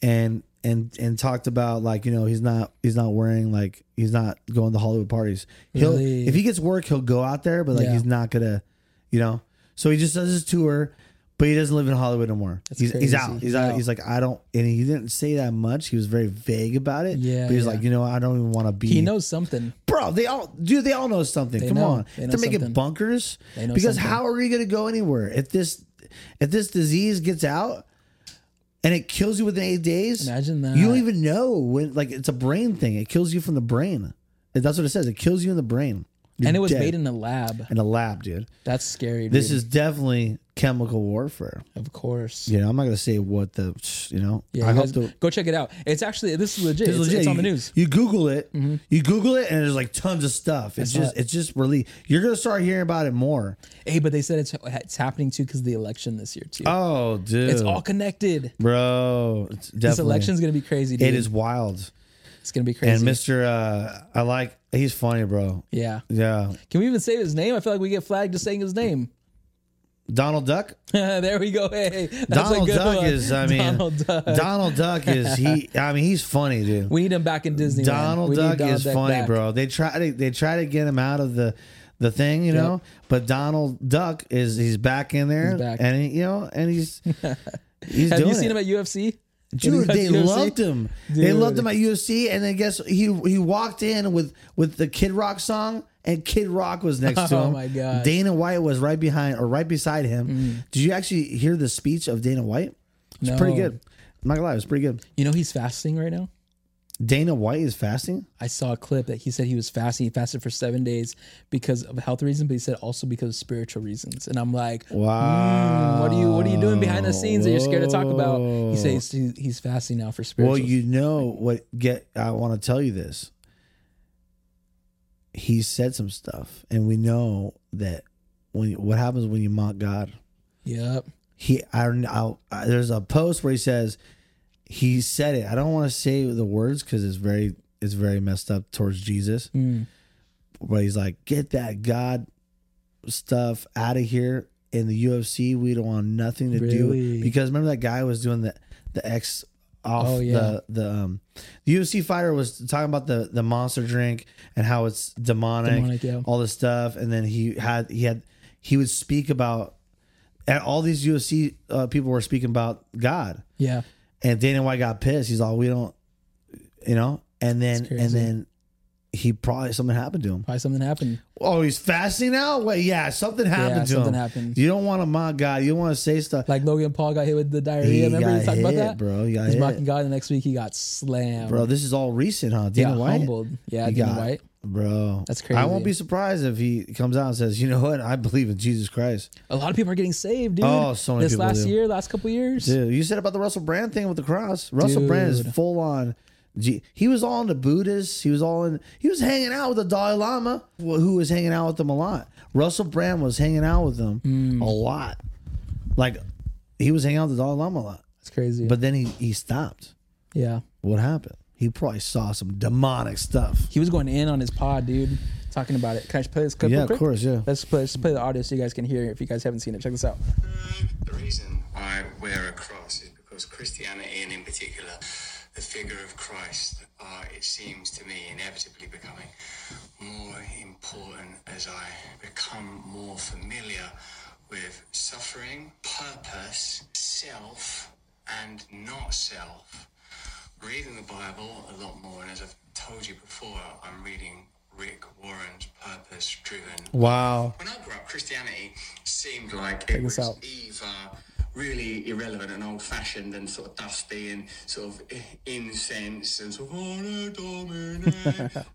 Speaker 1: and and and talked about like you know he's not he's not wearing like he's not going to Hollywood parties. He'll
Speaker 2: Really?
Speaker 1: if he gets work he'll go out there, but like
Speaker 2: Yeah.
Speaker 1: he's not gonna, you know. So he just does his tour, but he doesn't live in Hollywood anymore.
Speaker 2: That's
Speaker 1: he's he's
Speaker 2: crazy.
Speaker 1: out. He's out.
Speaker 2: Wow.
Speaker 1: He's like I don't, and he didn't say that much. He was very vague about it.
Speaker 2: Yeah,
Speaker 1: but he's
Speaker 2: yeah.
Speaker 1: like you know I don't even want to be.
Speaker 2: He knows something.
Speaker 1: bro. They all dude. They all know something. Come
Speaker 2: know.
Speaker 1: on,
Speaker 2: They
Speaker 1: if
Speaker 2: know
Speaker 1: they're making
Speaker 2: something.
Speaker 1: bunkers
Speaker 2: They know
Speaker 1: because
Speaker 2: something.
Speaker 1: how are we gonna go anywhere if this if this disease gets out and it kills you within eight days?
Speaker 2: Imagine that.
Speaker 1: You don't even know when. Like it's a brain thing. It kills you from the brain. And That's what it says. It kills you in the brain. You're
Speaker 2: and it was
Speaker 1: dead.
Speaker 2: made in a lab.
Speaker 1: in a lab, dude.
Speaker 2: That's scary.
Speaker 1: This
Speaker 2: dude.
Speaker 1: is definitely chemical warfare.
Speaker 2: of course.
Speaker 1: You know, I'm not gonna say what the you know.
Speaker 2: Yeah,
Speaker 1: I
Speaker 2: you
Speaker 1: hope
Speaker 2: guys-
Speaker 1: the.
Speaker 2: go check it out. It's actually this is legit. It's,
Speaker 1: legit.
Speaker 2: it's on
Speaker 1: you,
Speaker 2: the news. Mm-hmm.
Speaker 1: You Google it. You Google it, and there's like tons of stuff. It's just, it's just really. You're gonna start hearing about it more.
Speaker 2: Hey, but they said it's it's happening too because of the election this year too.
Speaker 1: Oh, dude,
Speaker 2: it's all connected.
Speaker 1: bro. It's definitely,
Speaker 2: This election's gonna be crazy. Dude.
Speaker 1: it is wild.
Speaker 2: It's gonna be
Speaker 1: And
Speaker 2: crazy.
Speaker 1: Mister, uh, I like. He's funny, bro.
Speaker 2: yeah.
Speaker 1: Yeah,
Speaker 2: Can we even say his name? I feel like we get flagged just saying his name.
Speaker 1: Donald Duck.
Speaker 2: there we go. Hey, that's a
Speaker 1: Donald
Speaker 2: good
Speaker 1: Duck
Speaker 2: one.
Speaker 1: is. I mean,
Speaker 2: Donald Duck.
Speaker 1: Donald Duck is. He. I mean, he's funny, dude.
Speaker 2: Uh, we need him back in Disney.
Speaker 1: Donald Duck is funny, bro. They try to they try to get him out of the the thing, you know. But Donald Duck is he's back in there,
Speaker 2: back.
Speaker 1: and he, you know, and he's he's
Speaker 2: Have
Speaker 1: doing
Speaker 2: you seen
Speaker 1: it.
Speaker 2: him at UFC?
Speaker 1: Dude,
Speaker 2: When
Speaker 1: they
Speaker 2: he got to UFC?
Speaker 1: loved him. They
Speaker 2: Dude.
Speaker 1: loved him at UFC, and then guess he he walked in with with the Kid Rock song, and Kid Rock was next to
Speaker 2: Oh
Speaker 1: him.
Speaker 2: my gosh.
Speaker 1: Dana White was right behind or right beside him. Did you actually hear the speech of Dana White? It's pretty
Speaker 2: Mm. No.
Speaker 1: good. I'm not gonna lie, it was pretty good.
Speaker 2: You know he's fasting right now.
Speaker 1: Dana White is fasting.
Speaker 2: I saw a clip that he said he was fasting. He fasted for seven days because of health reasons, but he said also because of spiritual reasons. And I'm like, "Hmm,
Speaker 1: Wow.
Speaker 2: Mm, what are you What are you doing behind the scenes that you're scared to talk about? He says he's, he's fasting now for spiritual.
Speaker 1: Well, you know what? Get I want to tell you this. He said some stuff, and we know that when what happens when you mock God.
Speaker 2: yep.
Speaker 1: He I, I, I there's a post where he says he said it. I don't want to say the words because it's very it's very messed up towards Jesus.
Speaker 2: Hmm.
Speaker 1: But he's like, get that God stuff out of here in the UFC. We don't want nothing to
Speaker 2: Really?
Speaker 1: do because remember that guy was doing the the X off
Speaker 2: Oh, yeah.
Speaker 1: the the um the UFC fighter was talking about the the monster drink and how it's demonic,
Speaker 2: Demonic, yeah.
Speaker 1: all this stuff, and then he had he had he would speak about and all these UFC uh, people were speaking about God.
Speaker 2: Yeah.
Speaker 1: And Dana White got pissed. He's like, we don't, you know. And then
Speaker 2: That's crazy.
Speaker 1: and then he probably something happened to him.
Speaker 2: Probably something happened.
Speaker 1: Oh, he's fasting now. Wait, yeah, something happened
Speaker 2: yeah,
Speaker 1: to
Speaker 2: something
Speaker 1: him.
Speaker 2: happened.
Speaker 1: You don't want to mock God. You don't want to say stuff.
Speaker 2: Like Logan Paul got hit with the diarrhea.
Speaker 1: he
Speaker 2: Remember
Speaker 1: got
Speaker 2: he talked
Speaker 1: hit,
Speaker 2: about that?
Speaker 1: bro. He got
Speaker 2: He's
Speaker 1: hit.
Speaker 2: mocking God, and the next week he got slammed.
Speaker 1: bro. This is all recent, huh?
Speaker 2: he
Speaker 1: Dana
Speaker 2: got
Speaker 1: White,
Speaker 2: humbled. Yeah,
Speaker 1: He
Speaker 2: Dana
Speaker 1: got-
Speaker 2: White.
Speaker 1: bro.
Speaker 2: That's
Speaker 1: I won't
Speaker 2: crazy.
Speaker 1: be surprised if he comes out and says, you know what, I believe in Jesus Christ.
Speaker 2: A lot of people are getting saved, dude.
Speaker 1: Oh, so many
Speaker 2: this
Speaker 1: people
Speaker 2: last
Speaker 1: do.
Speaker 2: year, last couple years.
Speaker 1: Dude, you said about the Russell Brand thing with the cross. Russell Brand is
Speaker 2: Dude.
Speaker 1: full on. G- He was all into Buddhists. He was all in. He was hanging out with the Dalai Lama, wh- who was hanging out with them a lot. Russell Brand was hanging out with them
Speaker 2: Mm.
Speaker 1: a lot. Like he was hanging out with the Dalai Lama a lot.
Speaker 2: That's crazy.
Speaker 1: But then he he stopped.
Speaker 2: yeah,
Speaker 1: What happened? He probably saw some demonic stuff.
Speaker 2: he was going in on his pod, dude, talking about it. Can I just play this clip?
Speaker 1: Yeah,
Speaker 2: real
Speaker 1: of
Speaker 2: quick?
Speaker 1: course. Yeah.
Speaker 2: Let's play, let's play the audio so you guys can hear it if you guys haven't seen it. Check this out.
Speaker 3: The reason I wear a cross is because Christianity, and in particular the figure of Christ, are, it seems to me, inevitably becoming more important as I become more familiar with suffering, purpose, self, and not self. Reading the Bible a lot more, and as I've told you before, I'm reading Rick Warren's Purpose Driven
Speaker 1: Wow.
Speaker 3: when I grew up, Christianity seemed like it
Speaker 2: this
Speaker 3: was
Speaker 2: out.
Speaker 3: either really irrelevant and old-fashioned and sort of dusty and sort of i- incense and sort of oh no, Domine.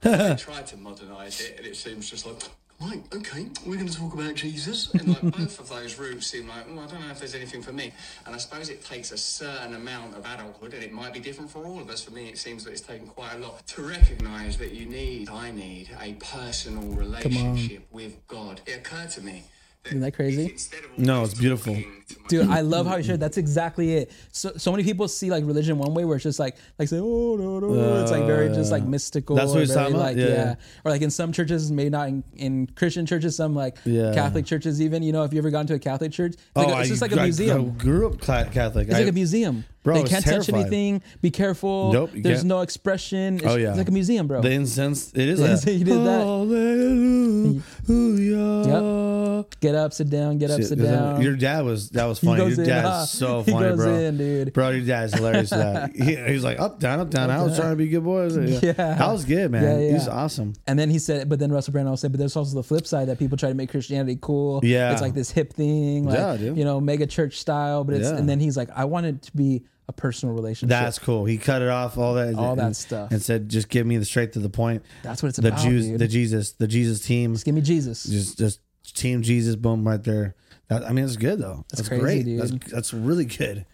Speaker 3: they tried to modernise it, and it seems just like. Right, okay, we're going to talk about Jesus. And like both of those routes seem like, well, I don't know if there's anything for me. And I suppose it takes a certain amount of adulthood, and it might be different for all of us. For me, it seems that it's taken quite a lot to recognise that you need, I need, a personal relationship with God. It occurred to me.
Speaker 2: Isn't that
Speaker 3: if
Speaker 2: crazy?
Speaker 3: instead of
Speaker 1: No,
Speaker 3: always
Speaker 1: it's beautiful.
Speaker 3: talking to my-
Speaker 2: Dude, I love how you shared. That's exactly it. So, so many people see like religion one way, where it's just like, like say, oh no, no, it's like very just like mystical.
Speaker 1: Uh, That's what
Speaker 2: or
Speaker 1: he's
Speaker 2: very,
Speaker 1: talking about?
Speaker 2: like,
Speaker 1: Yeah.
Speaker 2: Or like in some churches, maybe not in, in Christian churches, some like
Speaker 1: Yeah. Oh,
Speaker 2: Catholic churches, even. You know, if you ever gone to a Catholic church, it's, like a, it's just like a museum.
Speaker 1: grew up cla- Catholic.
Speaker 2: It's
Speaker 1: I-
Speaker 2: like a museum.
Speaker 1: Bro,
Speaker 2: they
Speaker 1: it's
Speaker 2: can't touch
Speaker 1: terrifying.
Speaker 2: anything. Be careful.
Speaker 1: Nope, you
Speaker 2: There's
Speaker 1: can't.
Speaker 2: no expression. It's,
Speaker 1: Oh, yeah.
Speaker 2: it's like a museum, bro.
Speaker 1: The incense. It is. Like
Speaker 2: So you did that.
Speaker 1: Hallelujah.
Speaker 2: get up, sit down. Get up,
Speaker 1: Shit,
Speaker 2: sit
Speaker 1: is that-
Speaker 2: down.
Speaker 1: Your dad was that was funny.
Speaker 2: goes
Speaker 1: Your
Speaker 2: in,
Speaker 1: dad
Speaker 2: huh?
Speaker 1: is so
Speaker 2: He
Speaker 1: funny,
Speaker 2: goes
Speaker 1: bro.
Speaker 2: in, dude.
Speaker 1: Bro, your dad's hilarious. for that he, he's like up down, up down. I was trying to be a good boy. I was like,
Speaker 2: Yeah.
Speaker 1: I was good, man.
Speaker 2: Yeah, yeah.
Speaker 1: He's awesome.
Speaker 2: And then he said, but then Russell Brand also said, but there's also the flip side that people try to make Christianity cool.
Speaker 1: Yeah.
Speaker 2: It's like this hip thing, like,
Speaker 1: Yeah, dude.
Speaker 2: you know, mega church style. But it's,
Speaker 1: Yeah.
Speaker 2: and then he's like, I want it to be a personal relationship.
Speaker 1: That's cool. He cut it off all that,
Speaker 2: All
Speaker 1: and-
Speaker 2: that stuff.
Speaker 1: and said, "Just give me the straight to the point."
Speaker 2: That's what it's
Speaker 1: the
Speaker 2: about,
Speaker 1: Jews,
Speaker 2: dude.
Speaker 1: the Jesus, the Jesus team,
Speaker 2: Just give me Jesus.
Speaker 1: just just team Jesus, boom, right there. That, I mean, it's good though. That's,
Speaker 2: crazy,
Speaker 1: great.
Speaker 2: dude.
Speaker 1: That's that's really good.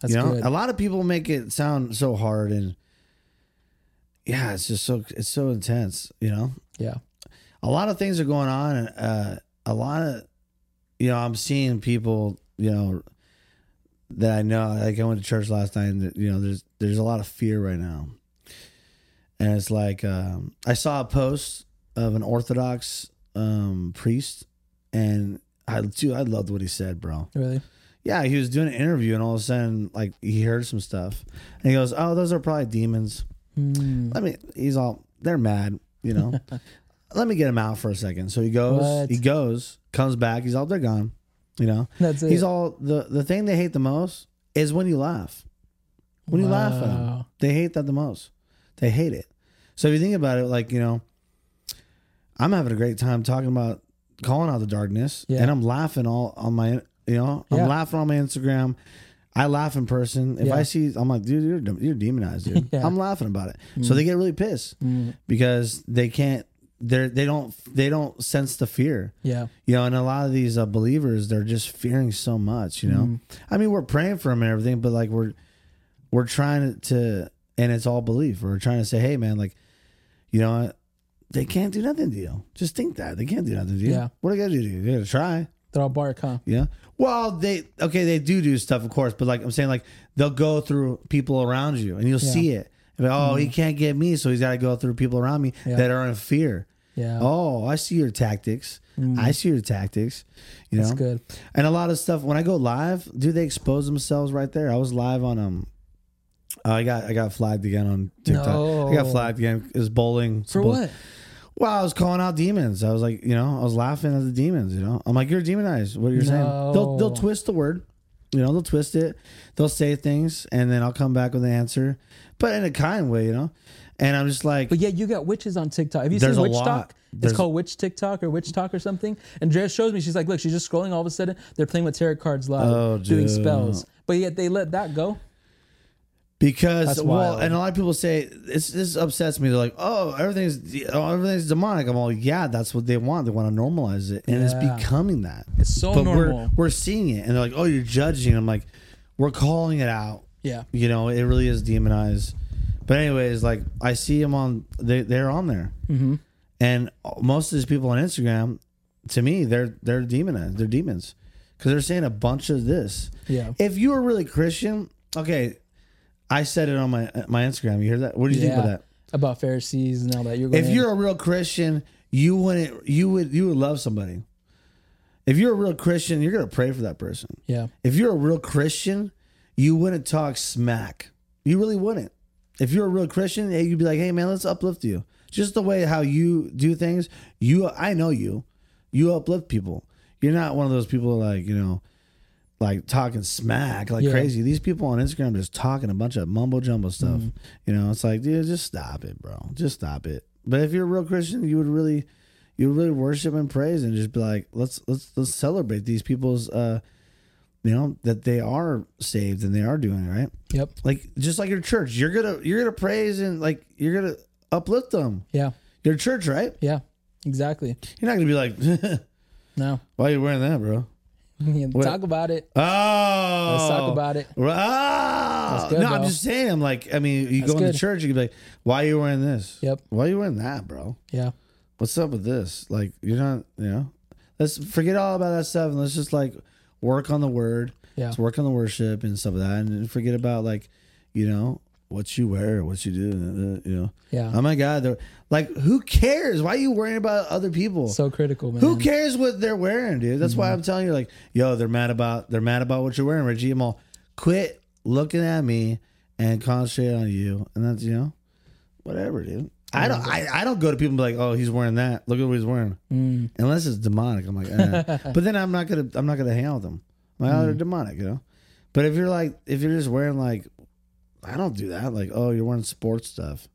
Speaker 2: That's
Speaker 1: you know,
Speaker 2: good.
Speaker 1: a lot of people make it sound so hard, and yeah, it's just so it's so intense. You know,
Speaker 2: yeah.
Speaker 1: a lot of things are going on and uh, a lot of you know i'm seeing people you know that i know like i went to church last night and you know there's there's a lot of fear right now and it's like um, i saw a post of an orthodox um, priest and i too i loved what he said bro
Speaker 2: Really?
Speaker 1: yeah he was doing an interview and all of a sudden like he heard some stuff and he goes oh those are probably demons
Speaker 2: Mm.
Speaker 1: let me he's all they're mad you know let me get him out for a second so he goes
Speaker 2: What?
Speaker 1: he goes comes back he's all they're gone you know
Speaker 2: That's it.
Speaker 1: he's all the the thing they hate the most is when you laugh when you laugh at them
Speaker 2: Wow.
Speaker 1: they hate that the most they hate it so if you think about it like you know i'm having a great time talking about calling out the darkness
Speaker 2: Yeah.
Speaker 1: and i'm laughing all on my you know
Speaker 2: Yeah.
Speaker 1: i'm laughing on my instagram I laugh in person. If
Speaker 2: Yeah.
Speaker 1: I see, I'm like, dude, you're, dem- you're demonized, dude.
Speaker 2: Yeah. Mm.
Speaker 1: I'm laughing about it. So they get really pissed because they can't, they're, they don't, they don't sense the fear.
Speaker 2: yeah.
Speaker 1: You know, and a lot of these uh, believers, they're just fearing so much. You know, I mean, we're praying for them and everything, but like we're we're trying to, and it's all belief. We're trying to say, hey, man, like, you know, they can't do nothing to you. Just think that they can't do nothing to you.
Speaker 2: Yeah.
Speaker 1: What are they gonna do? to you? They're gonna try.
Speaker 2: They're all bark, huh?
Speaker 1: Yeah. Well, they okay, they do do stuff, of course, but like I'm saying, like they'll go through people around you, and you'll see it. And, oh, he can't get me, so he's got to go through people around me that are in fear.
Speaker 2: Yeah.
Speaker 1: Oh, I see your tactics. I see your tactics. You know,
Speaker 2: Mm. good.
Speaker 1: And a lot of stuff when I go live, do they expose themselves right there? I was live on um. uh, I got I got flagged again on TikTok. I got
Speaker 2: No.
Speaker 1: flagged again. It was bowling
Speaker 2: For
Speaker 1: Bull-
Speaker 2: what?
Speaker 1: well, I was calling out demons. I was like, you know, I was laughing at the demons. You know, I'm like, you're demonized. What you're saying? They'll they'll
Speaker 2: No.
Speaker 1: twist the word. You know, they'll twist it. They'll say things, and then I'll come back with an answer, but in a kind way. You know, and I'm just like,
Speaker 2: But yeah, you got witches on TikTok. Have you
Speaker 1: There's a
Speaker 2: seen Witch
Speaker 1: lot.
Speaker 2: Talk?
Speaker 1: There's-
Speaker 2: it's called Witch TikTok or Witch Talk or something. And Andrea shows me. She's like, look, she's just scrolling. All of a sudden, they're playing with tarot cards live,
Speaker 1: Oh,
Speaker 2: doing
Speaker 1: dude.
Speaker 2: spells. But yet they let that go.
Speaker 1: because
Speaker 2: That's
Speaker 1: well,
Speaker 2: wild.
Speaker 1: and a lot of people say this this upsets me. They're like, oh, everything's de- oh, everything's demonic. I'm all, yeah, that's what they want. They want to normalize it, and it's
Speaker 2: Yeah.
Speaker 1: becoming that.
Speaker 2: It's so
Speaker 1: We're,
Speaker 2: normal.
Speaker 1: we're seeing it, and they're like, oh, you're judging. I'm like, we're calling it out.
Speaker 2: Yeah.
Speaker 1: you know it really is demonized but anyways like i see them on they, they're on there mm-hmm. and most of these people on instagram to me they're they're demonized they're demons because they're saying a bunch of this
Speaker 2: Yeah.
Speaker 1: if you were really christian okay i said it on my my instagram you hear that what do you think about
Speaker 2: Yeah.
Speaker 1: that
Speaker 2: About Pharisees and all that. You're going
Speaker 1: if
Speaker 2: in.
Speaker 1: you're a real Christian, you wouldn't you would you would love somebody. If you're a real Christian, you're gonna pray for that person.
Speaker 2: Yeah.
Speaker 1: If you're a real Christian, you wouldn't talk smack. You really wouldn't. If you're a real Christian, hey, you'd be like, hey man, let's uplift you. Just the way how you do things, you I know you. You uplift people. You're not one of those people like, you know, like talking smack like
Speaker 2: Yeah.
Speaker 1: crazy. These people on Instagram just talking a bunch of mumbo jumbo stuff. You know, it's like, dude, just stop it, bro. Just stop it. But if you're a real Christian, you would really you would really worship and praise and just be like, let's let's let's celebrate these people's uh you know, that they are saved and they are doing it, right?
Speaker 2: Yep.
Speaker 1: Like just like your church. You're gonna you're gonna praise and like you're gonna uplift them.
Speaker 2: Yeah.
Speaker 1: Your church, right?
Speaker 2: Yeah. Exactly.
Speaker 1: You're not gonna be like,
Speaker 2: No.
Speaker 1: why are you wearing that, bro?
Speaker 2: Yeah, Talk about it.
Speaker 1: Oh,
Speaker 2: Let's talk about it.
Speaker 1: Ah!
Speaker 2: That's good,
Speaker 1: no, I'm
Speaker 2: though.
Speaker 1: just saying. I'm like, I mean, you
Speaker 2: That's
Speaker 1: go into
Speaker 2: good.
Speaker 1: church, you can be like, why are you wearing this?
Speaker 2: Yep.
Speaker 1: Why are you wearing that, bro?
Speaker 2: Yeah.
Speaker 1: What's up with this? Like, you're not, you know, let's forget all about that stuff and let's just like work on the word.
Speaker 2: Yeah.
Speaker 1: Let's work on the worship and stuff like that and forget about like, you know, what you wear, what you do, uh, you know.
Speaker 2: Yeah.
Speaker 1: Oh my God. they're- Like, who cares? Why are you worrying about other people?
Speaker 2: So critical, man.
Speaker 1: Who cares what they're wearing, dude? That's why I'm telling you, like, yo, they're mad about they're mad about what you're wearing, Reggie. I'm all quit looking at me and concentrate on you. And that's you know, whatever, dude. I don't I, I don't go to people and be like, oh, he's wearing that. Look at what he's wearing.
Speaker 2: Mm.
Speaker 1: Unless it's demonic. I'm like, eh.
Speaker 2: Uh.
Speaker 1: but then I'm not gonna I'm not gonna hang out with them. My like, oh,
Speaker 2: Mm.
Speaker 1: they're demonic, you know. But if you're like if you're just wearing like I don't do that, like, oh, you're wearing sports stuff.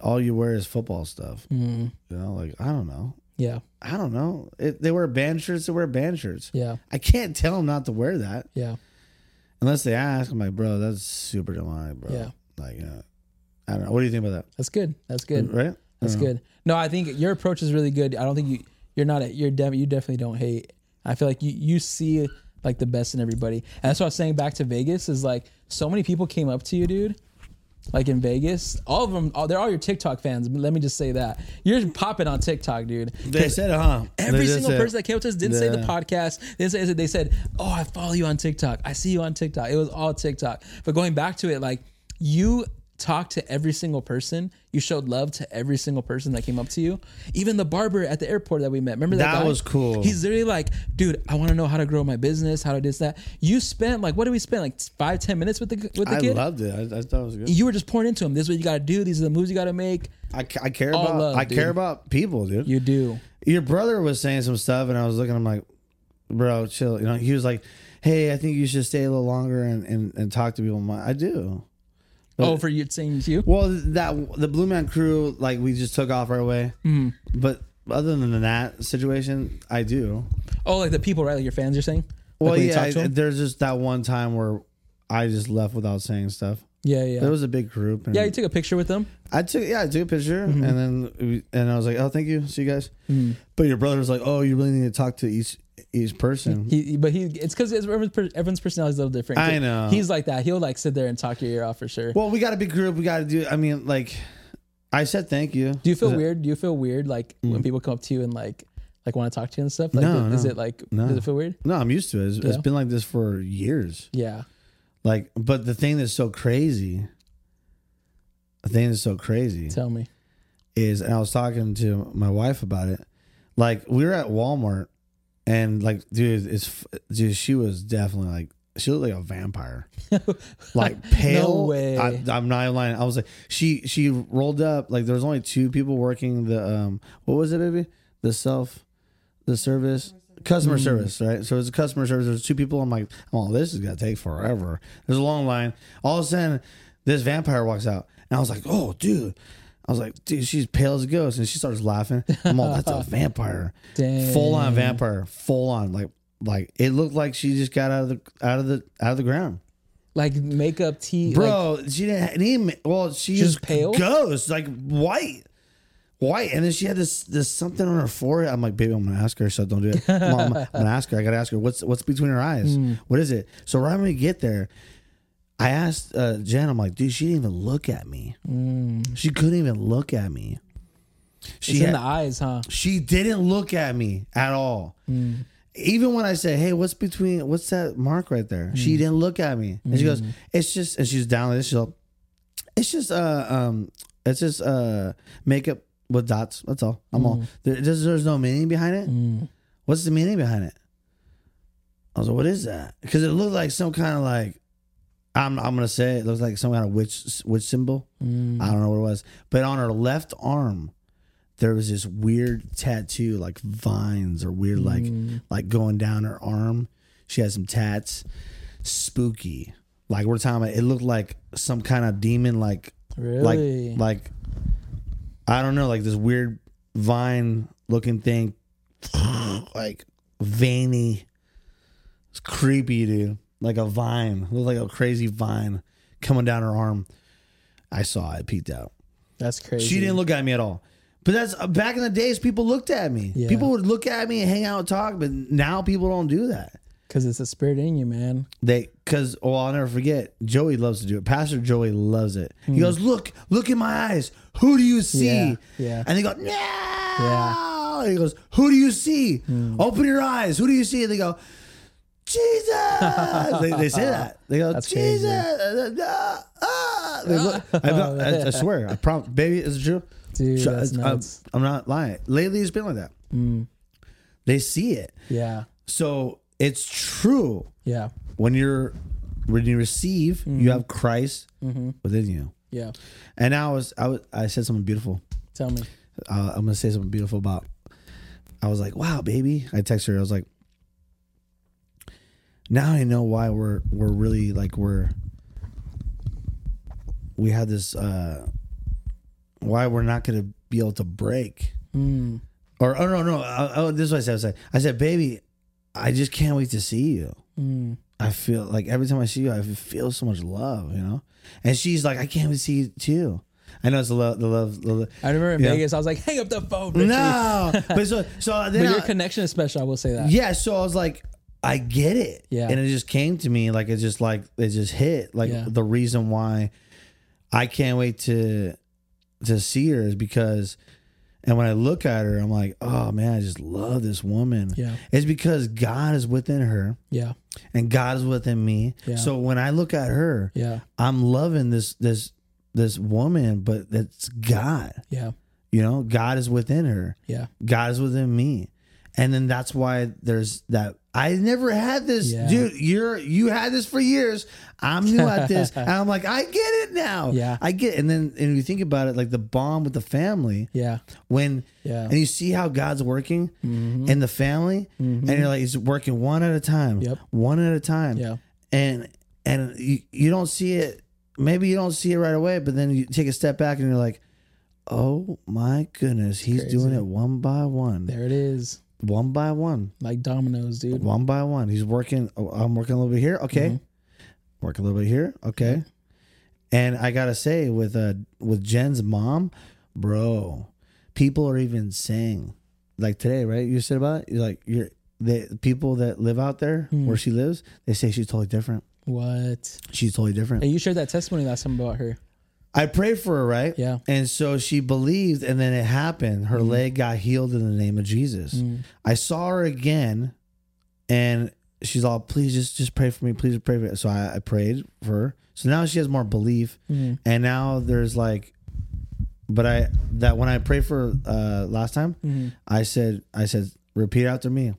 Speaker 1: All you wear is football stuff.
Speaker 2: Mm.
Speaker 1: You know, like I don't know.
Speaker 2: Yeah.
Speaker 1: I don't know. It, they wear band shirts. They wear band shirts.
Speaker 2: Yeah.
Speaker 1: I can't tell them not to wear that
Speaker 2: Yeah.
Speaker 1: unless they ask. I'm like, bro, that's super demonic, bro.
Speaker 2: Yeah.
Speaker 1: Like, you know, I don't know. What do you think about
Speaker 2: That's good. That's
Speaker 1: that?
Speaker 2: good.
Speaker 1: Right?
Speaker 2: That's good. No, I think your approach is really good. I don't think you you're not a, you're def, you definitely don't hate. I feel like you you see like the best in everybody. And that's what I was saying back to Vegas is like so many people came up to you, dude. Like in Vegas, all of them, all, they're all your TikTok fans. Let me just say that you're popping on TikTok, dude.
Speaker 1: They said it, huh?
Speaker 2: Every
Speaker 1: They just
Speaker 2: single
Speaker 1: said it.
Speaker 2: person that came up to us didn't say the
Speaker 1: Yeah.
Speaker 2: podcast. They didn't say they said, "Oh, I follow you on TikTok. I see you on TikTok." It was all TikTok. But going back to it, like you talked to every single person, you showed love to every single person that came up to you. Even the barber at the airport that we met. Remember that?
Speaker 1: That
Speaker 2: guy?
Speaker 1: was cool.
Speaker 2: He's literally like, "Dude, I want to know how to grow my business. How to this that." You spent like what did we spend like five ten minutes with the with the
Speaker 1: I
Speaker 2: kid?
Speaker 1: loved it. I, I thought it was good.
Speaker 2: you were just pouring into him. This is what you got to do. These are the moves you got to make.
Speaker 1: I, ca- I care
Speaker 2: All
Speaker 1: about
Speaker 2: love,
Speaker 1: I care
Speaker 2: dude.
Speaker 1: about people, dude.
Speaker 2: You do.
Speaker 1: Your brother was saying some stuff, and I was looking. I'm like, bro, chill. You know, he was like, hey, I think you should stay a little longer and and, and talk to people. I'm like, I do.
Speaker 2: oh, for you saying to you.
Speaker 1: Well, that the Blue Man Crew, like we just took off right away. Mm. But other than that situation, I do.
Speaker 2: Oh, like the people, right? Like your fans, you're saying.
Speaker 1: Well,
Speaker 2: like when you
Speaker 1: yeah.
Speaker 2: talk to
Speaker 1: I-
Speaker 2: them?
Speaker 1: there's just that one time where I just left without saying stuff.
Speaker 2: Yeah, yeah.
Speaker 1: There was a big group. And
Speaker 2: yeah, you took a picture with them.
Speaker 1: I took yeah, I took a picture, and then we- and I was like, oh, thank you, see you guys. But your brother was like, oh, you really need to talk to each each person.
Speaker 2: He, but he, it's because everyone's, per- everyone's personality is a little different.
Speaker 1: I know.
Speaker 2: He's like that. He'll like sit there and talk your ear off for sure.
Speaker 1: well, we got a big group. We got to do. I mean, like, I said thank you. Uh,
Speaker 2: Do you feel weird? Do you feel weird like when people come up to you and like like want to talk to you and stuff? Like,
Speaker 1: Mm. No,
Speaker 2: th- is
Speaker 1: no.
Speaker 2: it like
Speaker 1: No.
Speaker 2: does it feel weird?
Speaker 1: No, I'm used to it. It's, it's
Speaker 2: Yeah.
Speaker 1: been like this for years.
Speaker 2: Yeah.
Speaker 1: Like, but the thing that's so crazy, the thing that's so crazy
Speaker 2: Tell me.
Speaker 1: is, and I was talking to my wife about it. Like, we were at Walmart, and like, dude, it's dude, she was definitely like, she looked like a vampire, like pale.
Speaker 2: way.
Speaker 1: I, I'm not even lying. I was like, she she rolled up. Like, there was only two people working the um, what was it, baby? The self, the service. Customer service, right? So it's a customer service. There's two people. I'm like, oh, this is gonna take forever. There's a long line. All of a sudden, this vampire walks out, and I was like, oh, dude. I was like, dude, she's pale as a ghost, and she starts laughing. I'm all, that's a vampire,
Speaker 2: Dang.
Speaker 1: full on vampire, full on. Like, like it looked like she just got out of the out of the out of the ground.
Speaker 2: Like makeup, tea, Like,
Speaker 1: Bro, she didn't have any. ma- Well, she
Speaker 2: She was
Speaker 1: just
Speaker 2: pale?
Speaker 1: ghost, like white, white, and then she had this this something on her forehead. I'm like, baby, I'm gonna ask her. So don't do it. Mom, I'm, I'm gonna ask her. I gotta ask her. What's what's between her eyes?
Speaker 2: Hmm.
Speaker 1: What is it? So right when we get there, I asked uh, Jen. I'm like, dude, she didn't even look at me.
Speaker 2: Hmm.
Speaker 1: She couldn't even look at me. She
Speaker 2: it's in
Speaker 1: had-
Speaker 2: the eyes, huh?
Speaker 1: she didn't look at me at all. Even when I said, "Hey, what's between? What's that mark right there?" She didn't look at me, and she goes, "It's just." And she's down like this. She's all, "It's just uh um, it's just uh makeup with dots. That's all. I'm all. There, there's, there's no meaning behind it. What's the meaning behind it?" I was like, "What is that?" Because it looked like some kind of like. I'm, I'm gonna say it looks like some kind of witch witch symbol. I don't know what it was, but on her left arm, there was this weird tattoo, like vines or weird, like like going down her arm. She had some tats, spooky. Like we're talking about, it looked like some kind of demon, like
Speaker 2: Really?
Speaker 1: like like I don't know, like this weird vine looking thing, like veiny. It's creepy, dude. Like a vine, looked like a crazy vine coming down her arm. I saw it, peeked out.
Speaker 2: That's crazy.
Speaker 1: She didn't look at me at all. But that's uh, back in the days, people looked at me.
Speaker 2: Yeah.
Speaker 1: People would look at me and hang out and talk, but now people don't do that.
Speaker 2: because it's a spirit in you, man.
Speaker 1: They, because, well, I'll never forget, Joey loves to do it. Pastor Joey loves it. He goes, Look, look in my eyes. Who do you see?
Speaker 2: Hmm. Yeah, yeah.
Speaker 1: And they go, No. And he goes, Who do you see?
Speaker 2: Hmm.
Speaker 1: Open your eyes. Who do you see? And they go, Jesus. they, they say that. They go,
Speaker 2: That's crazy.
Speaker 1: Jesus. Ah, ah. They look- I, felt- I- I swear, I promise. Baby, is it true?
Speaker 2: Dude,
Speaker 1: So,
Speaker 2: that's
Speaker 1: it's- I'm-
Speaker 2: nuts. Mm.
Speaker 1: I'm, not lying. Lately, it's been like that. They see it,
Speaker 2: yeah.
Speaker 1: so it's true.
Speaker 2: Yeah.
Speaker 1: When you're when you receive,
Speaker 2: Mm-hmm.
Speaker 1: you have Christ within you.
Speaker 2: Yeah.
Speaker 1: And I was I was I said something beautiful.
Speaker 2: Tell me.
Speaker 1: Uh, I'm gonna say something beautiful about. I was like, "Wow, baby!" I texted her. I was like, "Now I know why we're we're really like we're we had this uh why we're not gonna be able to break." Or oh no no uh, oh this is what I said I said I said baby, I just can't wait to see you. I feel like every time I see you, I feel so much love, you know. And she's like, "I can't wait to see you too." I know it's the love, the love, the love.
Speaker 2: I remember in
Speaker 1: Yeah.
Speaker 2: Vegas, I was like, hang up the phone. Richie.
Speaker 1: No, but so so then
Speaker 2: But
Speaker 1: I-
Speaker 2: your connection is special. I will say that.
Speaker 1: yeah. So I was like, I get it.
Speaker 2: Yeah.
Speaker 1: and it just came to me like it just like it just hit like
Speaker 2: Yeah.
Speaker 1: the reason why I can't wait to to see her is because, and when I look at her, I'm like, oh man, I just love this woman.
Speaker 2: Yeah.
Speaker 1: it's because God is within her
Speaker 2: Yeah.
Speaker 1: and God is within me.
Speaker 2: Yeah.
Speaker 1: So when I look at her,
Speaker 2: Yeah.
Speaker 1: I'm loving this this this woman, but that's God.
Speaker 2: Yeah.
Speaker 1: You know, God is within her.
Speaker 2: Yeah.
Speaker 1: God is within me. And then that's why there's that. I never had this,
Speaker 2: Yeah.
Speaker 1: dude. You're you had this for years. I'm new at this, and I'm like, I get it now.
Speaker 2: Yeah.
Speaker 1: I get. It. And then, and you think about it, like the bond with the family
Speaker 2: Yeah.
Speaker 1: when,
Speaker 2: Yeah. Mm-hmm.
Speaker 1: and you see how God's working in the family, and you're like, He's working one at a time,
Speaker 2: Yep.
Speaker 1: one at a time,
Speaker 2: Yeah.
Speaker 1: and and you, you don't see it maybe you don't see it right away but then you take a step back and you're like oh my goodness he's
Speaker 2: crazy.
Speaker 1: doing it one by one
Speaker 2: There it is.
Speaker 1: one by one
Speaker 2: Like dominoes, dude.
Speaker 1: one by one he's working oh, i'm working a little bit here okay
Speaker 2: Mm-hmm.
Speaker 1: work a little bit here okay and i gotta say with uh with jen's mom bro people are even saying like today right you said about it you're like you're the people that live out there
Speaker 2: Hmm.
Speaker 1: where she lives they say she's totally different
Speaker 2: What?
Speaker 1: she's totally different
Speaker 2: And you shared that testimony last time about her.
Speaker 1: I prayed for her, right?
Speaker 2: Yeah.
Speaker 1: And so she believed, and then it happened. Her leg got healed in the name of Jesus. I saw her again, and she's all, please just just pray for me, please pray for me. So I, I prayed for her. So now she has more belief, and now there's like, but I that when I prayed for uh, last time, I said I said repeat after me.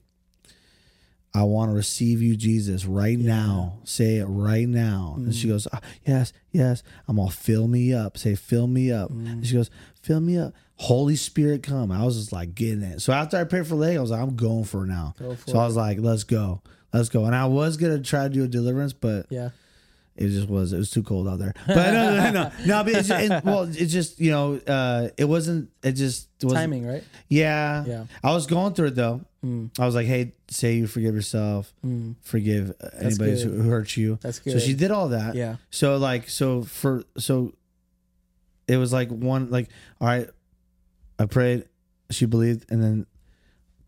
Speaker 1: I want to receive you, Jesus, right now. Say it right now. And she goes, "Ah, Yes, yes. I'm all fill me up. Say, fill me up. And she goes, Fill me up. Holy Spirit, come. I was just like getting it. So after I prayed for Leg, I was like, I'm going for it now. so I was like, Let's go. Let's go. And I was going to try to do a deliverance, but
Speaker 2: Yeah.
Speaker 1: it just was. It was too cold out there. But no, no, no, no. no but it's just, it, well, it's just, you know, uh, it wasn't, it just wasn't.
Speaker 2: Timing, right?
Speaker 1: Yeah.
Speaker 2: Yeah. Mm.
Speaker 1: I was going through it though. I was like, hey, say you forgive yourself, forgive uh, anybody
Speaker 2: good.
Speaker 1: who hurt you.
Speaker 2: Mm. That's
Speaker 1: So she
Speaker 2: good.
Speaker 1: did all that.
Speaker 2: Yeah.
Speaker 1: So like, so for so, it was like one like, all right, I prayed, she believed, and then,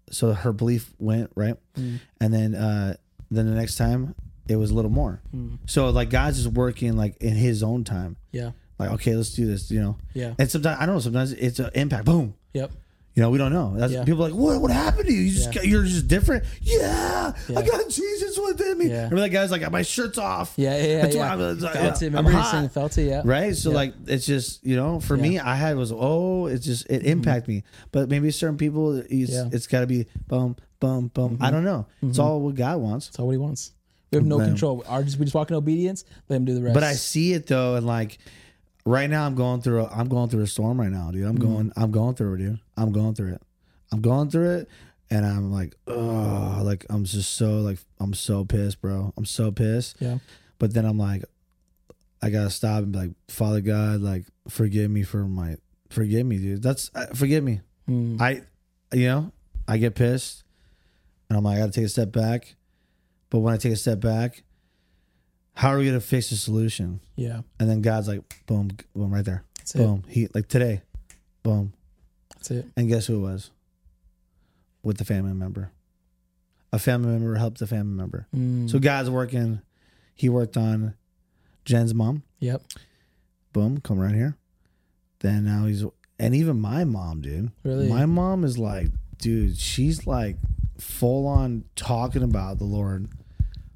Speaker 1: so her belief went right,
Speaker 2: Mm.
Speaker 1: and then uh then the next time it was a little more. So like God's just working like in His own time.
Speaker 2: Mm. Yeah.
Speaker 1: Like okay, let's do this. You know.
Speaker 2: Yeah.
Speaker 1: And sometimes I don't know. Sometimes it's an impact. Boom.
Speaker 2: Yep.
Speaker 1: You know, we don't know. That's,
Speaker 2: Yeah.
Speaker 1: People are like, what? What happened to you? You just
Speaker 2: Yeah.
Speaker 1: got, you're just different. Yeah,
Speaker 2: Yeah.
Speaker 1: I got Jesus within me.
Speaker 2: Yeah.
Speaker 1: Remember that guy's like, my shirt's off.
Speaker 2: Yeah. Yeah. Yeah.
Speaker 1: That's
Speaker 2: yeah.
Speaker 1: why I'm, uh,
Speaker 2: felt it.
Speaker 1: I'm
Speaker 2: Remember you
Speaker 1: hot.
Speaker 2: saying felt it? Yeah.
Speaker 1: Right. So like, it's just you know, for me, I had was oh, it's just it impacted me. But maybe certain people, it's,
Speaker 2: Mm-hmm. Yeah. Mm-hmm.
Speaker 1: it's got to be bum bum bum. I don't know. It's all what God wants.
Speaker 2: That's all what he wants. We have no
Speaker 1: Man.
Speaker 2: control. Our just we just walk in obedience. Let him do the rest.
Speaker 1: But I see it though, and like right now, I'm going through. A, I'm going through a storm right now, dude. I'm going. I'm going through it, dude. I'm going through it. I'm going through it, and I'm like, oh, like I'm just so like I'm so pissed, bro. I'm so pissed.
Speaker 2: Yeah.
Speaker 1: But then I'm like, I gotta stop and be like, Father God, like forgive me for my, forgive me, dude. That's uh, forgive me.
Speaker 2: Mm.
Speaker 1: I, you know, I get pissed, and I'm like, I gotta take a step back. But when I take a step back, how are we gonna fix the solution?
Speaker 2: Yeah.
Speaker 1: And then God's like, boom, boom, right there.
Speaker 2: That's it.
Speaker 1: Boom. He like today, boom.
Speaker 2: That's it.
Speaker 1: And guess who it was? With the family member. A family member helped the family member.
Speaker 2: Mm.
Speaker 1: So God's working. He worked on Jen's mom.
Speaker 2: Yep.
Speaker 1: Boom, come right here. Then now he's and even my mom, dude.
Speaker 2: Really?
Speaker 1: My mom is like, dude, she's like full on talking about the Lord.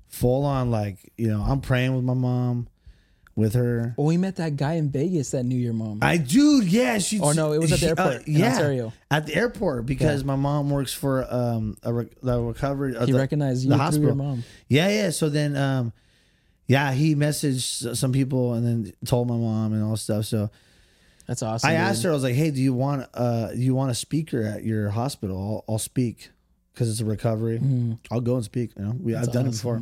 Speaker 1: Full on like, you know, I'm praying with my mom, with her.
Speaker 2: Well, we met that guy in Vegas that knew your mom.
Speaker 1: I do, yeah. She.
Speaker 2: Oh, no, it was at the
Speaker 1: she- uh,
Speaker 2: airport in Ontario.
Speaker 1: at the airport because my mom works for um a re- the recovery. Uh,
Speaker 2: he
Speaker 1: the,
Speaker 2: recognized you
Speaker 1: the
Speaker 2: through
Speaker 1: hospital.
Speaker 2: your mom.
Speaker 1: Yeah, yeah. So then, um, yeah, he messaged s- some people and then told my mom and all stuff. So
Speaker 2: That's awesome.
Speaker 1: I
Speaker 2: dude.
Speaker 1: asked her, I was like, "Hey, do you want uh you want a speaker at your hospital? I'll, I'll speak because it's a recovery.
Speaker 2: Hmm.
Speaker 1: I'll go and speak. You know, we I've done it before.